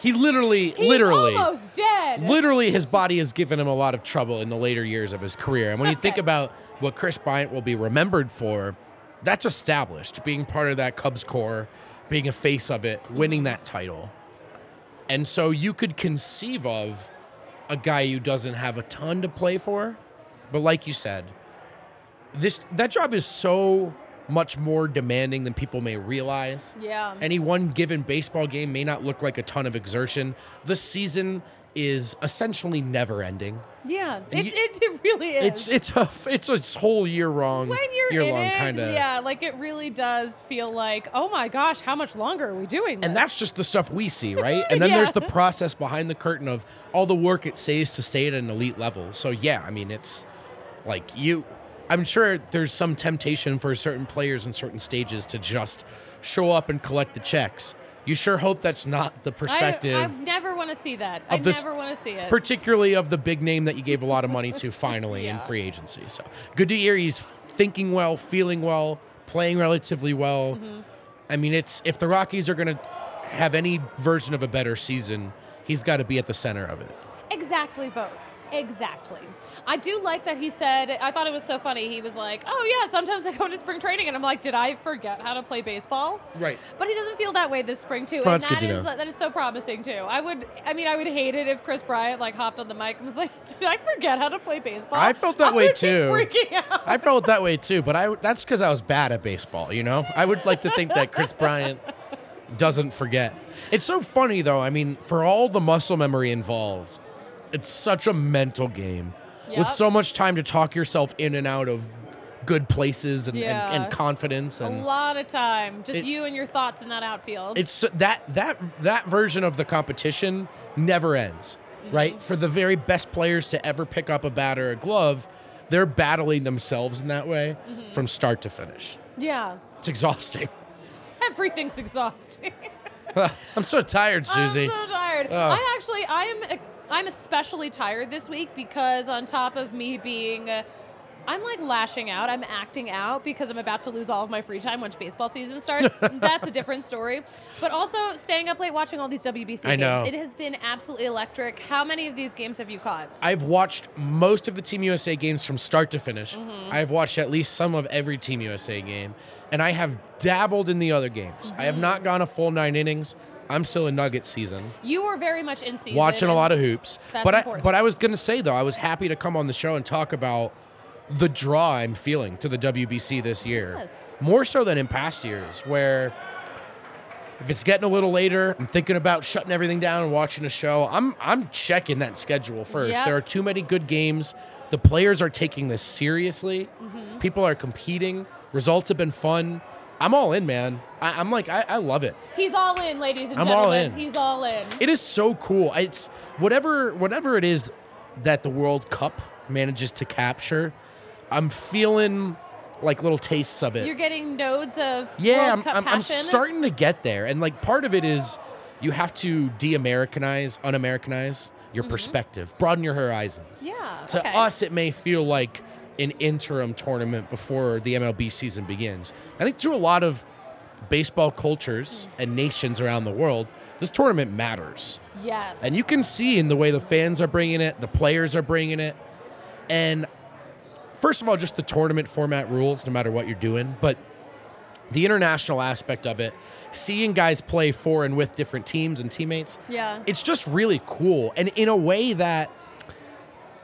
Speaker 2: he literally
Speaker 1: He's
Speaker 2: literally
Speaker 1: almost dead.
Speaker 2: literally his body has given him a lot of trouble in the later years of his career. And when you think
Speaker 1: Right.
Speaker 2: about what Chris Bryant will be remembered for, that's established, being part of that Cubs core, being a face of it, winning that title. And so you could conceive of a guy who doesn't have a ton to play for, but like you said, this that job is so much more demanding than people may realize.
Speaker 1: yeah.
Speaker 2: Any one given baseball game may not look like a ton of exertion. The season is essentially never ending.
Speaker 1: yeah. It,
Speaker 2: and you-
Speaker 1: it, it really is.
Speaker 2: It's it's a it's a whole year wrong
Speaker 1: when you're
Speaker 2: year
Speaker 1: in
Speaker 2: long
Speaker 1: it,
Speaker 2: kind of
Speaker 1: yeah, like it really does feel like, oh my gosh, how much longer are we doing this?
Speaker 2: And that's just the stuff we see, right? And then
Speaker 1: Yeah.
Speaker 2: there's the process behind the curtain of all the work it saves to stay at an elite level. So yeah, I mean it's like you I'm sure there's some temptation for certain players in certain stages to just show up and collect the checks. You sure hope that's not the perspective.
Speaker 1: I, I never want to see that. I
Speaker 2: of this
Speaker 1: never want to see it.
Speaker 2: particularly of the big name that you gave a lot of money to finally in
Speaker 1: Yeah.
Speaker 2: free agency. So good to hear he's thinking well, feeling well, playing relatively well. I mean, it's if the Rockies are going to have any version of a better season, he's got to be at the center of it.
Speaker 1: exactly, vote. Exactly. I do like that he said, I thought it was so funny. He was like, oh yeah, sometimes I go into spring training and I'm like, did I forget how to play baseball?
Speaker 2: Right.
Speaker 1: But he doesn't feel that way this spring too,
Speaker 2: Well,
Speaker 1: and
Speaker 2: that's good
Speaker 1: that
Speaker 2: to
Speaker 1: is
Speaker 2: know.
Speaker 1: that is so promising too. I would, I mean, I would hate it if Chris Bryant like hopped on the mic and was like, "Did I forget how to play baseball?"
Speaker 2: I felt that way
Speaker 1: would be
Speaker 2: too.
Speaker 1: freaking out.
Speaker 2: I felt that way too, but I that's because I was bad at baseball. You know, I would like to think that Chris Bryant doesn't forget. It's so funny though. I mean, for all the muscle memory involved, it's such a mental game.
Speaker 1: Yep.
Speaker 2: with so much time to talk yourself in and out of good places and, and,
Speaker 1: Yeah.
Speaker 2: and confidence
Speaker 1: A
Speaker 2: and
Speaker 1: lot of time, just
Speaker 2: It-
Speaker 1: you and your thoughts in that outfield.
Speaker 2: it's so- that that that version of the competition never ends
Speaker 1: Mm-hmm.
Speaker 2: right for the very best players to ever pick up a bat or a glove they're battling themselves in that way
Speaker 1: Mm-hmm.
Speaker 2: from start to finish
Speaker 1: yeah,
Speaker 2: it's exhausting
Speaker 1: everything's exhausting.
Speaker 2: i'm so tired susie Oh.
Speaker 1: I'm so tired.
Speaker 2: Ugh.
Speaker 1: I actually, I am, I'm especially tired this week because on top of me being, uh, I'm like lashing out. I'm acting out because I'm about to lose all of my free time once baseball season starts. That's a different story. But also staying up late watching all these WBC
Speaker 2: I
Speaker 1: games.
Speaker 2: know.
Speaker 1: It has been absolutely electric. How many of these games have you caught?
Speaker 2: I've watched most of the Team USA games from start to finish. I've watched at least some of every Team USA game, and I have dabbled in the other games. I have not gone a full nine innings. I'm still in Nugget season,
Speaker 1: You were very much in season.
Speaker 2: watching a
Speaker 1: and-
Speaker 2: lot of hoops.
Speaker 1: That's
Speaker 2: but I,
Speaker 1: important.
Speaker 2: but I was gonna say though, I was happy to come on the show and talk about the draw I'm feeling to the WBC this year,
Speaker 1: Yes.
Speaker 2: more so than in past years, where if it's getting a little later, I'm thinking about shutting everything down and watching a show. I'm I'm checking that schedule first.
Speaker 1: Yep.
Speaker 2: There are too many good games. The players are taking this seriously.
Speaker 1: Mm-hmm.
Speaker 2: People are competing. Results have been fun. I'm all in, man. I, I'm like I, I love it.
Speaker 1: He's all in, ladies and
Speaker 2: I'm all
Speaker 1: gentlemen.
Speaker 2: in.
Speaker 1: He's all in.
Speaker 2: It is so cool. It's whatever whatever it is that the World Cup manages to capture. I'm feeling like little tastes of it.
Speaker 1: You're getting nodes of World
Speaker 2: Yeah, I'm,
Speaker 1: Cup
Speaker 2: I'm, I'm
Speaker 1: passion.
Speaker 2: starting to get there. And like part of it is you have to de Americanize, un Americanize your perspective, broaden your horizons.
Speaker 1: Mm-hmm. Yeah.
Speaker 2: To
Speaker 1: okay.
Speaker 2: us, it may feel like an interim tournament before the MLB season begins. I think to a lot of baseball cultures
Speaker 1: Mm.
Speaker 2: and nations around the world, this tournament matters.
Speaker 1: Yes.
Speaker 2: And you can see in the way the fans are bringing it, the players are bringing it. And first of all, just the tournament format rules, no matter what you're doing, but the international aspect of it, seeing guys play for and with different teams and teammates,
Speaker 1: Yeah.
Speaker 2: it's just really cool. And in a way that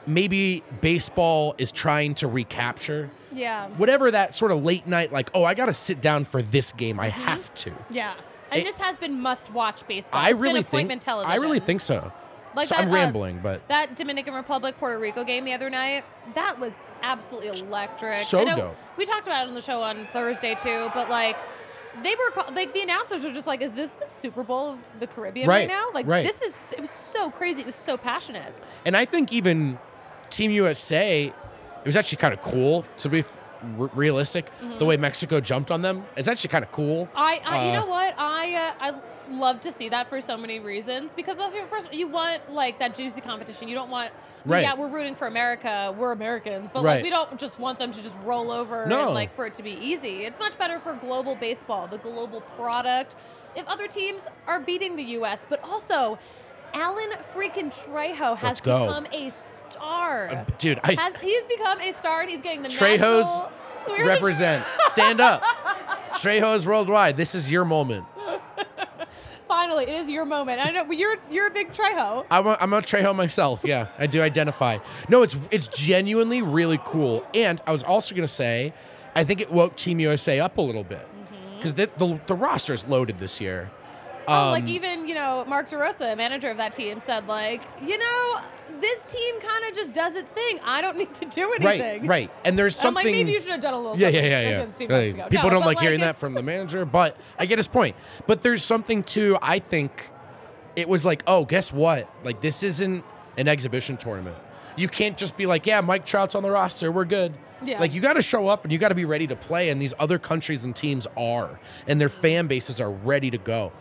Speaker 2: maybe baseball is trying to recapture,
Speaker 1: yeah.
Speaker 2: whatever that sort of late night, like, oh, I got to sit down for this game, I have to.
Speaker 1: Yeah. And
Speaker 2: It-
Speaker 1: this has been must-watch baseball.
Speaker 2: I
Speaker 1: Mm-hmm. It's
Speaker 2: really
Speaker 1: been appointment
Speaker 2: think
Speaker 1: television.
Speaker 2: I really think so.
Speaker 1: Like
Speaker 2: so
Speaker 1: that,
Speaker 2: I'm
Speaker 1: uh,
Speaker 2: rambling, but
Speaker 1: that Dominican Republic Puerto Rico game the other night. That was absolutely electric.
Speaker 2: So
Speaker 1: I know
Speaker 2: dope.
Speaker 1: We talked about it on the show on Thursday too, but like. They were call- like the announcers were just like, "Is this the Super Bowl of the Caribbean right,
Speaker 2: Right,
Speaker 1: now?" Like
Speaker 2: right.
Speaker 1: this is it was so crazy. It was so passionate.
Speaker 2: And I think even Team USA, it was actually kind of cool to be f- r- realistic.
Speaker 1: Mm-hmm.
Speaker 2: The way Mexico jumped on them, it's actually kind of cool.
Speaker 1: I, I you
Speaker 2: Uh,
Speaker 1: know what I uh, I love to see that for so many reasons because of your first you want like that juicy competition you don't want
Speaker 2: Right.
Speaker 1: yeah we're rooting for America we're Americans but like
Speaker 2: Right.
Speaker 1: we don't just want them to just roll over
Speaker 2: No.
Speaker 1: and like for it to be easy it's much better for global baseball the global product if other teams are beating the U.S. but also. Alan freaking Trejo has
Speaker 2: Let's go.
Speaker 1: become a star.
Speaker 2: Um, Dude, I
Speaker 1: Has, he's become a star and he's getting the
Speaker 2: Trejo's
Speaker 1: national- We're the-
Speaker 2: represent. Stand up. Trejos worldwide. This is your moment.
Speaker 1: Finally, it is your moment. I know but you're you're a big Trejo. Um,
Speaker 2: I'm a, I'm a Trejo myself. Yeah, I do identify. No, it's it's genuinely really cool. And I was also gonna say, I think it woke Team USA up a little bit
Speaker 1: Mm-hmm.
Speaker 2: because the, the the roster's loaded this year.
Speaker 1: Oh, like
Speaker 2: Um,
Speaker 1: even you know Mark DeRosa, manager of that team, said like you know this team kind of just does its thing. I don't need to do anything.
Speaker 2: Right, right. And there's
Speaker 1: And I'm
Speaker 2: something.
Speaker 1: like maybe you should have done a little.
Speaker 2: yeah, yeah,
Speaker 1: something
Speaker 2: yeah, yeah.
Speaker 1: against Team
Speaker 2: Yeah,
Speaker 1: Mexico.
Speaker 2: People
Speaker 1: No,
Speaker 2: don't
Speaker 1: but,
Speaker 2: like hearing that
Speaker 1: it's-
Speaker 2: from the manager, but I get his point. But there's something too. I think it was like, oh, guess what? Like this isn't an exhibition tournament. You can't just be like, yeah, Mike Trout's on the roster, we're good.
Speaker 1: Yeah.
Speaker 2: Like you got to show up and you got to be ready to play, and these other countries and teams are, and their fan bases are ready to go.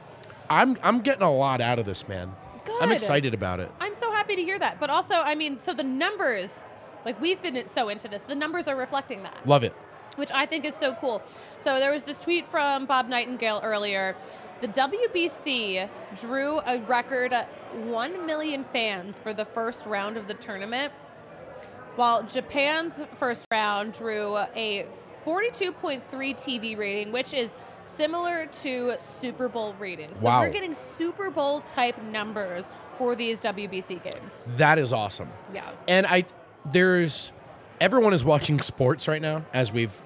Speaker 2: I'm I'm getting a lot out of this, man. I'm
Speaker 1: Good.
Speaker 2: excited about it.
Speaker 1: I'm so happy to hear that. But also, I mean, so the numbers, like we've been so into this, the numbers are reflecting that.
Speaker 2: Love it.
Speaker 1: which I think is so cool. So there was this tweet from Bob Nightingale earlier. The WBC drew a record 1 million fans for the first round of the tournament, while Japan's first round drew a 42.3 TV rating, which is similar to Super Bowl ratings. So
Speaker 2: Wow.
Speaker 1: we're getting Super Bowl type numbers for these WBC games.
Speaker 2: That is awesome.
Speaker 1: Yeah.
Speaker 2: and I there's everyone is watching sports right now as we've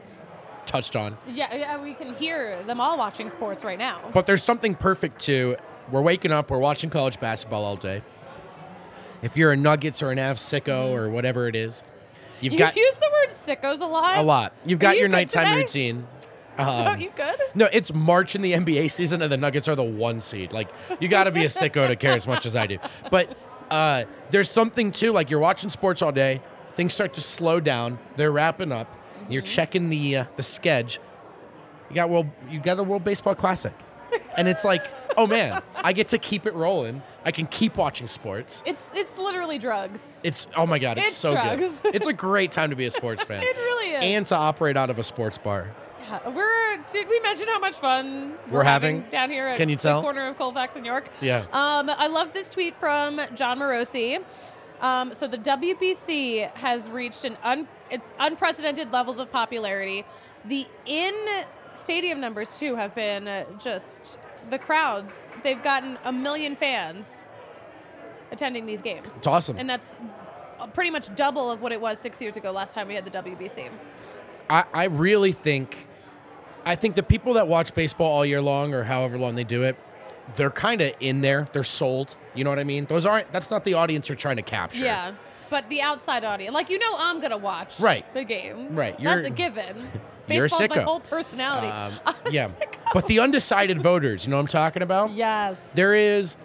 Speaker 2: touched on.
Speaker 1: Yeah, yeah, we can hear them all watching sports right now.
Speaker 2: But there's something perfect to we're waking up, we're watching college basketball all day. If you're a Nuggets or an Av sicko or whatever it is, You've
Speaker 1: You've
Speaker 2: got
Speaker 1: used the word sickos a lot.
Speaker 2: a lot.
Speaker 1: Are
Speaker 2: You've got
Speaker 1: you
Speaker 2: your
Speaker 1: good
Speaker 2: nighttime
Speaker 1: today?
Speaker 2: routine.
Speaker 1: Oh,
Speaker 2: Um,
Speaker 1: you good?
Speaker 2: no, it's March in the NBA season, and the Nuggets are the one seed. Like you got to be a sicko to care as much as I do. But uh, there's something too. Like you're watching sports all day, things start to slow down. They're wrapping up. You're checking the uh, the schedule. You got world. You got a World Baseball Classic, and it's like, oh man, I get to keep it rolling. I can keep watching sports.
Speaker 1: It's it's literally drugs.
Speaker 2: It's oh my god, it's,
Speaker 1: It's
Speaker 2: so
Speaker 1: drugs.
Speaker 2: good. It's a great time to be a sports fan.
Speaker 1: It really is.
Speaker 2: And to operate out of a sports bar.
Speaker 1: Yeah, we're did we mention how much fun
Speaker 2: We're having?
Speaker 1: down here at
Speaker 2: Can you tell?
Speaker 1: the corner of Colfax and York?
Speaker 2: Yeah.
Speaker 1: Um, I love this tweet from John Morosi. Um, so the WBC has reached an un- its unprecedented levels of popularity. The in stadium numbers too have been uh, just the crowds. They've gotten a million fans attending these games.
Speaker 2: It's awesome.
Speaker 1: and that's uh, pretty much double of what it was six years ago. Last time we had the WBC.
Speaker 2: I, I really think I think the people that watch baseball all year long or however long they do it, they're kind of in there. They're sold. You know what I mean? Those aren't that's not the audience you're trying to capture.
Speaker 1: Yeah. But the outside audience, like you know, I'm gonna watch
Speaker 2: Right.
Speaker 1: the game.
Speaker 2: Right,
Speaker 1: That's
Speaker 2: you're-
Speaker 1: a given.
Speaker 2: you're a
Speaker 1: Baseball's my
Speaker 2: sicko.
Speaker 1: whole personality.
Speaker 2: Um,
Speaker 1: I'm a
Speaker 2: yeah.
Speaker 1: sicko.
Speaker 2: But the undecided voters, you know what I'm talking about?
Speaker 1: oh. Yes.
Speaker 2: There is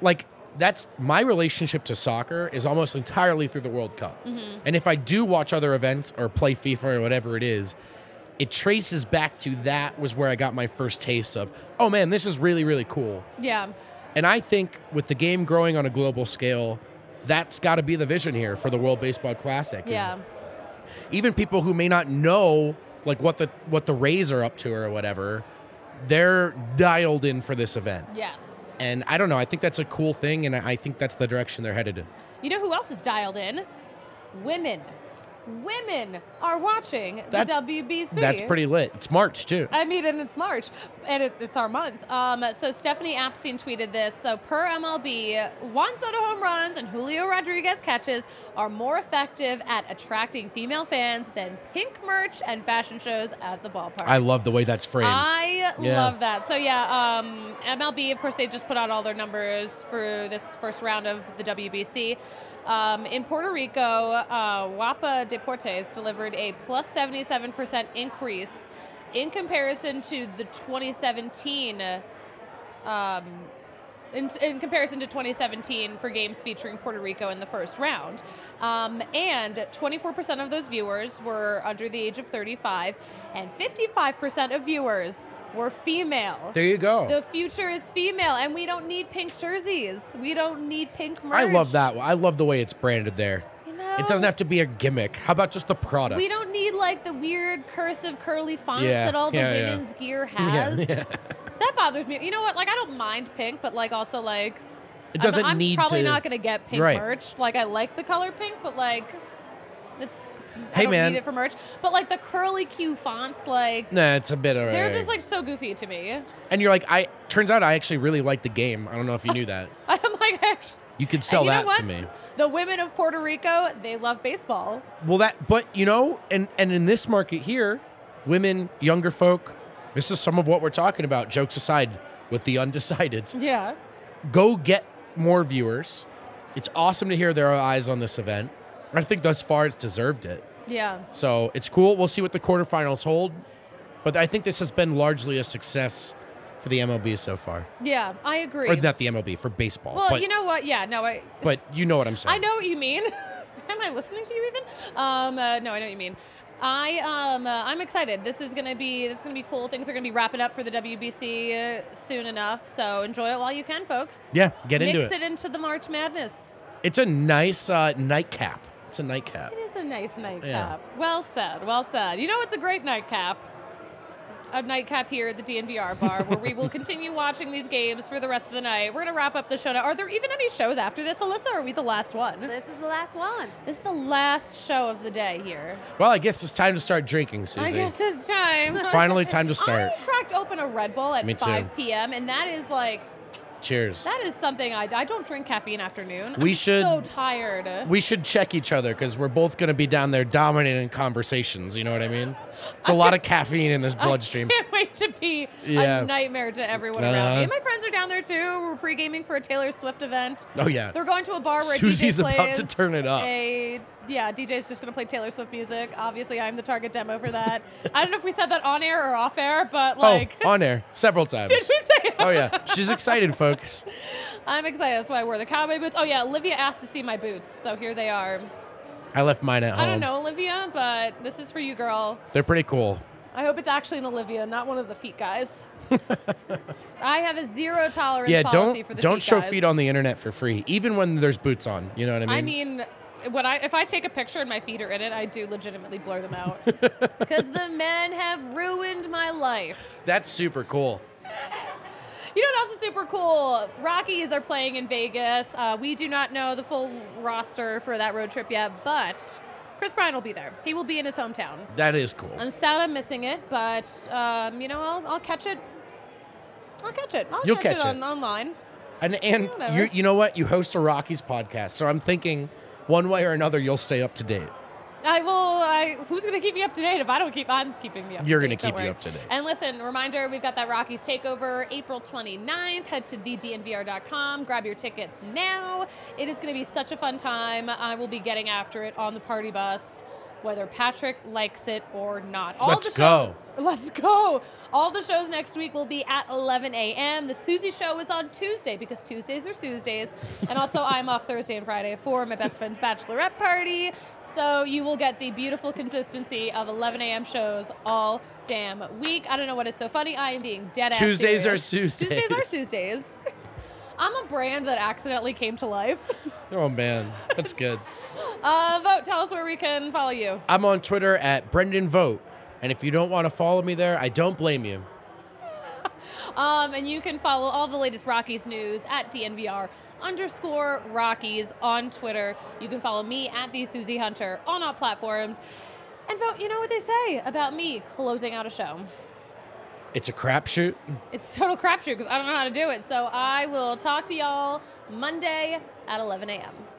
Speaker 2: like that's my relationship to soccer is almost entirely through the World Cup.
Speaker 1: Mm-hmm.
Speaker 2: And if I do watch other events or play FIFA or whatever it is, it traces back to that was where I got my first taste of, oh man, this is really, really cool.
Speaker 1: yeah.
Speaker 2: And I think with the game growing on a global scale, that's got to be the vision here for the World Baseball Classic. is
Speaker 1: Yeah.
Speaker 2: Even people who may not know like what the what the Rays are up to or whatever, they're dialed in for this event.
Speaker 1: Yes.
Speaker 2: And I don't know. I think that's a cool thing, and I I think that's the direction they're headed in.
Speaker 1: You know who else is dialed in? Women. Women are watching
Speaker 2: That's-
Speaker 1: the WBC.
Speaker 2: That's pretty lit. It's March too.
Speaker 1: I mean, and it's March, and it's, it's our month. Um, so Stephanie Apstein tweeted this. So per MLB, Juan Soto home runs and Julio Rodriguez catches are more effective at attracting female fans than pink merch and fashion shows at the ballpark.
Speaker 2: I love the way that's framed.
Speaker 1: I
Speaker 2: Yeah.
Speaker 1: love that. So yeah, um, MLB, of course, they just put out all their numbers for this first round of the WBC. Um, in Puerto Rico, uh, WAPA Deportes delivered a plus 77% increase in comparison to the 2017. uh, Um, in, in comparison to 2017 for games featuring Puerto Rico in the first round. Um, and 24% of those viewers were under the age of 35, and 55% of viewers were female.
Speaker 2: there you go.
Speaker 1: the future is female, and we don't need pink jerseys. We don't need pink merch.
Speaker 2: I love that. I love the way it's branded there.
Speaker 1: You know?
Speaker 2: It doesn't have to be a gimmick. How about just the product?
Speaker 1: We don't need like the weird cursive curly fonts
Speaker 2: Yeah,
Speaker 1: that all the
Speaker 2: yeah, yeah.
Speaker 1: women's gear
Speaker 2: Yeah,
Speaker 1: has.
Speaker 2: yeah.
Speaker 1: That bothers me. You know what? Like I don't mind pink, but like also like
Speaker 2: It
Speaker 1: I'm-
Speaker 2: doesn't
Speaker 1: I'm,
Speaker 2: need
Speaker 1: probably
Speaker 2: to-
Speaker 1: not gonna get pink
Speaker 2: Right.
Speaker 1: merch. Like I like the color pink, but like it's I
Speaker 2: Hey,
Speaker 1: don't
Speaker 2: man.
Speaker 1: need it for merch. But like the curly Q fonts, like
Speaker 2: Nah, it's a bit alright.
Speaker 1: they're just like so goofy to me.
Speaker 2: and you're like, I. Turns out I actually really like the game. I don't know if you knew that.
Speaker 1: I'm like actually.
Speaker 2: You could sell
Speaker 1: you know
Speaker 2: that
Speaker 1: what?
Speaker 2: to me.
Speaker 1: The women of Puerto Rico, they love baseball.
Speaker 2: Well, that, but you know, and and in this market here, women, younger folk, this is some of what we're talking about. Jokes aside, with the undecideds,
Speaker 1: Yeah.
Speaker 2: go get more viewers. It's awesome to hear there are eyes on this event. I think thus far it's deserved it.
Speaker 1: Yeah.
Speaker 2: So it's cool. We'll see what the quarterfinals hold, but I think this has been largely a success for the MLB so far,
Speaker 1: Yeah. I agree.
Speaker 2: or not the MLB for baseball.
Speaker 1: well,
Speaker 2: but,
Speaker 1: you know what? Yeah, no, I
Speaker 2: but you know what I'm saying.
Speaker 1: I know what you mean. Am I listening to you even? Um, uh, no, I know what you mean. I um, uh, I'm excited. This is gonna be this is gonna be cool. Things are gonna be wrapping up for the WBC uh, soon enough. So enjoy it while you can, folks.
Speaker 2: Yeah, get
Speaker 1: Mix
Speaker 2: into
Speaker 1: it into the March Madness.
Speaker 2: It's a nice uh, nightcap. It's a nightcap.
Speaker 1: It is a nice nightcap.
Speaker 2: Yeah.
Speaker 1: Well said. Well said. You know it's a great nightcap. A nightcap here at the DNVR bar where we will continue watching these games for the rest of the night. We're gonna wrap up the show now. Are there even any shows after this, Alyssa? Or are we the last one?
Speaker 4: This is the last one.
Speaker 1: This is the last show of the day here.
Speaker 2: Well, I guess it's time to start drinking, Susie.
Speaker 1: I guess it's time.
Speaker 2: It's finally time to start.
Speaker 1: I cracked open a Red Bull at
Speaker 2: Me too.
Speaker 1: 5 p.m. and that is like
Speaker 2: Cheers.
Speaker 1: that is something I, I don't drink caffeine afternoon.
Speaker 2: We
Speaker 1: I'm
Speaker 2: should-
Speaker 1: So tired.
Speaker 2: We should check each other because we're both going to be down there dominating conversations. You know what I mean? It's a lot of caffeine in this bloodstream.
Speaker 1: I can't wait to be
Speaker 2: Yeah.
Speaker 1: a nightmare to everyone
Speaker 2: Uh-huh.
Speaker 1: around me. And my friends fans are down there too. We're pre-gaming for a Taylor Swift event.
Speaker 2: Oh, yeah.
Speaker 1: They're going to a bar where DJ's DJ
Speaker 2: Susie's about to
Speaker 1: plays
Speaker 2: turn it up.
Speaker 1: A, yeah, DJ's just going to play Taylor Swift music. Obviously, I'm the target demo for that. I don't know if we said that on air or off air, but like
Speaker 2: oh, on air several times.
Speaker 1: Did we say it?
Speaker 2: Oh yeah, she's excited, folks.
Speaker 1: I'm excited. That's why I wore the cowboy boots. Oh yeah, Olivia asked to see my boots, so here they are.
Speaker 2: I left mine at home.
Speaker 1: I don't know, Olivia, but this is for you, girl.
Speaker 2: They're pretty cool.
Speaker 1: I hope it's actually an Olivia, not one of the feet guys. I have a zero tolerance
Speaker 2: yeah,
Speaker 1: policy
Speaker 2: don't
Speaker 1: for the
Speaker 2: don't show
Speaker 1: guys.
Speaker 2: feet on the internet for free, even when there's boots on. You know what I mean?
Speaker 1: I mean, when I if I take a picture and my feet are in it, I do legitimately blur them out because the men have ruined my life.
Speaker 2: that's super cool.
Speaker 1: You know what else is super cool? Rockies are playing in Vegas. Uh, we do not know the full roster for that road trip yet, but Chris Bryan will be there. He will be in his hometown.
Speaker 2: That is cool.
Speaker 1: I'm sad I'm missing it, but um, you know I'll, I'll catch it. I'll catch it. I'll
Speaker 2: You'll
Speaker 1: catch,
Speaker 2: catch
Speaker 1: it, On,
Speaker 2: it.
Speaker 1: online.
Speaker 2: and and
Speaker 1: Whatever.
Speaker 2: you you know what? You host a Rockies podcast, so I'm thinking one way or another you'll stay up to date.
Speaker 1: I will. I, who's going to keep me up to date if I don't keep? I'm keeping me up.
Speaker 2: You're
Speaker 1: to
Speaker 2: gonna
Speaker 1: date, don't
Speaker 2: keep me
Speaker 1: worry.
Speaker 2: up to date.
Speaker 1: And listen, reminder: we've got that Rockies takeover April 29th. Head to thednvr.com. Grab your tickets now. It is going to be such a fun time. I will be getting after it on the party bus, whether Patrick likes it or not. All
Speaker 2: Let's
Speaker 1: the show-
Speaker 2: go.
Speaker 1: Let's go. All the shows next week will be at 11 a.m. The Susie show is on Tuesday because Tuesdays are Tuesdays. And also, I'm off Thursday and Friday for my best friend's bachelorette party. So you will get the beautiful consistency of 11 a.m. shows all damn week. I don't know what is so funny. I am being dead ass.
Speaker 2: Tuesdays are
Speaker 1: serious.
Speaker 2: Tuesdays.
Speaker 1: Tuesdays are Tuesdays. I'm a brand that accidentally came to life.
Speaker 2: Oh man, that's good.
Speaker 1: Uh, vote. Tell us where we can follow you.
Speaker 2: I'm on Twitter at Brendan Vote, and if you don't want to follow me there, I don't blame you.
Speaker 1: Um, and you can follow all the latest Rockies news at DNVR underscore Rockies on Twitter. You can follow me at the Susie Hunter on all platforms. And vote, you know what they say about me closing out a show.
Speaker 2: It's a crapshoot.
Speaker 1: It's total crapshoot because I don't know how to do it. So I will talk to y'all Monday at 11 a.m.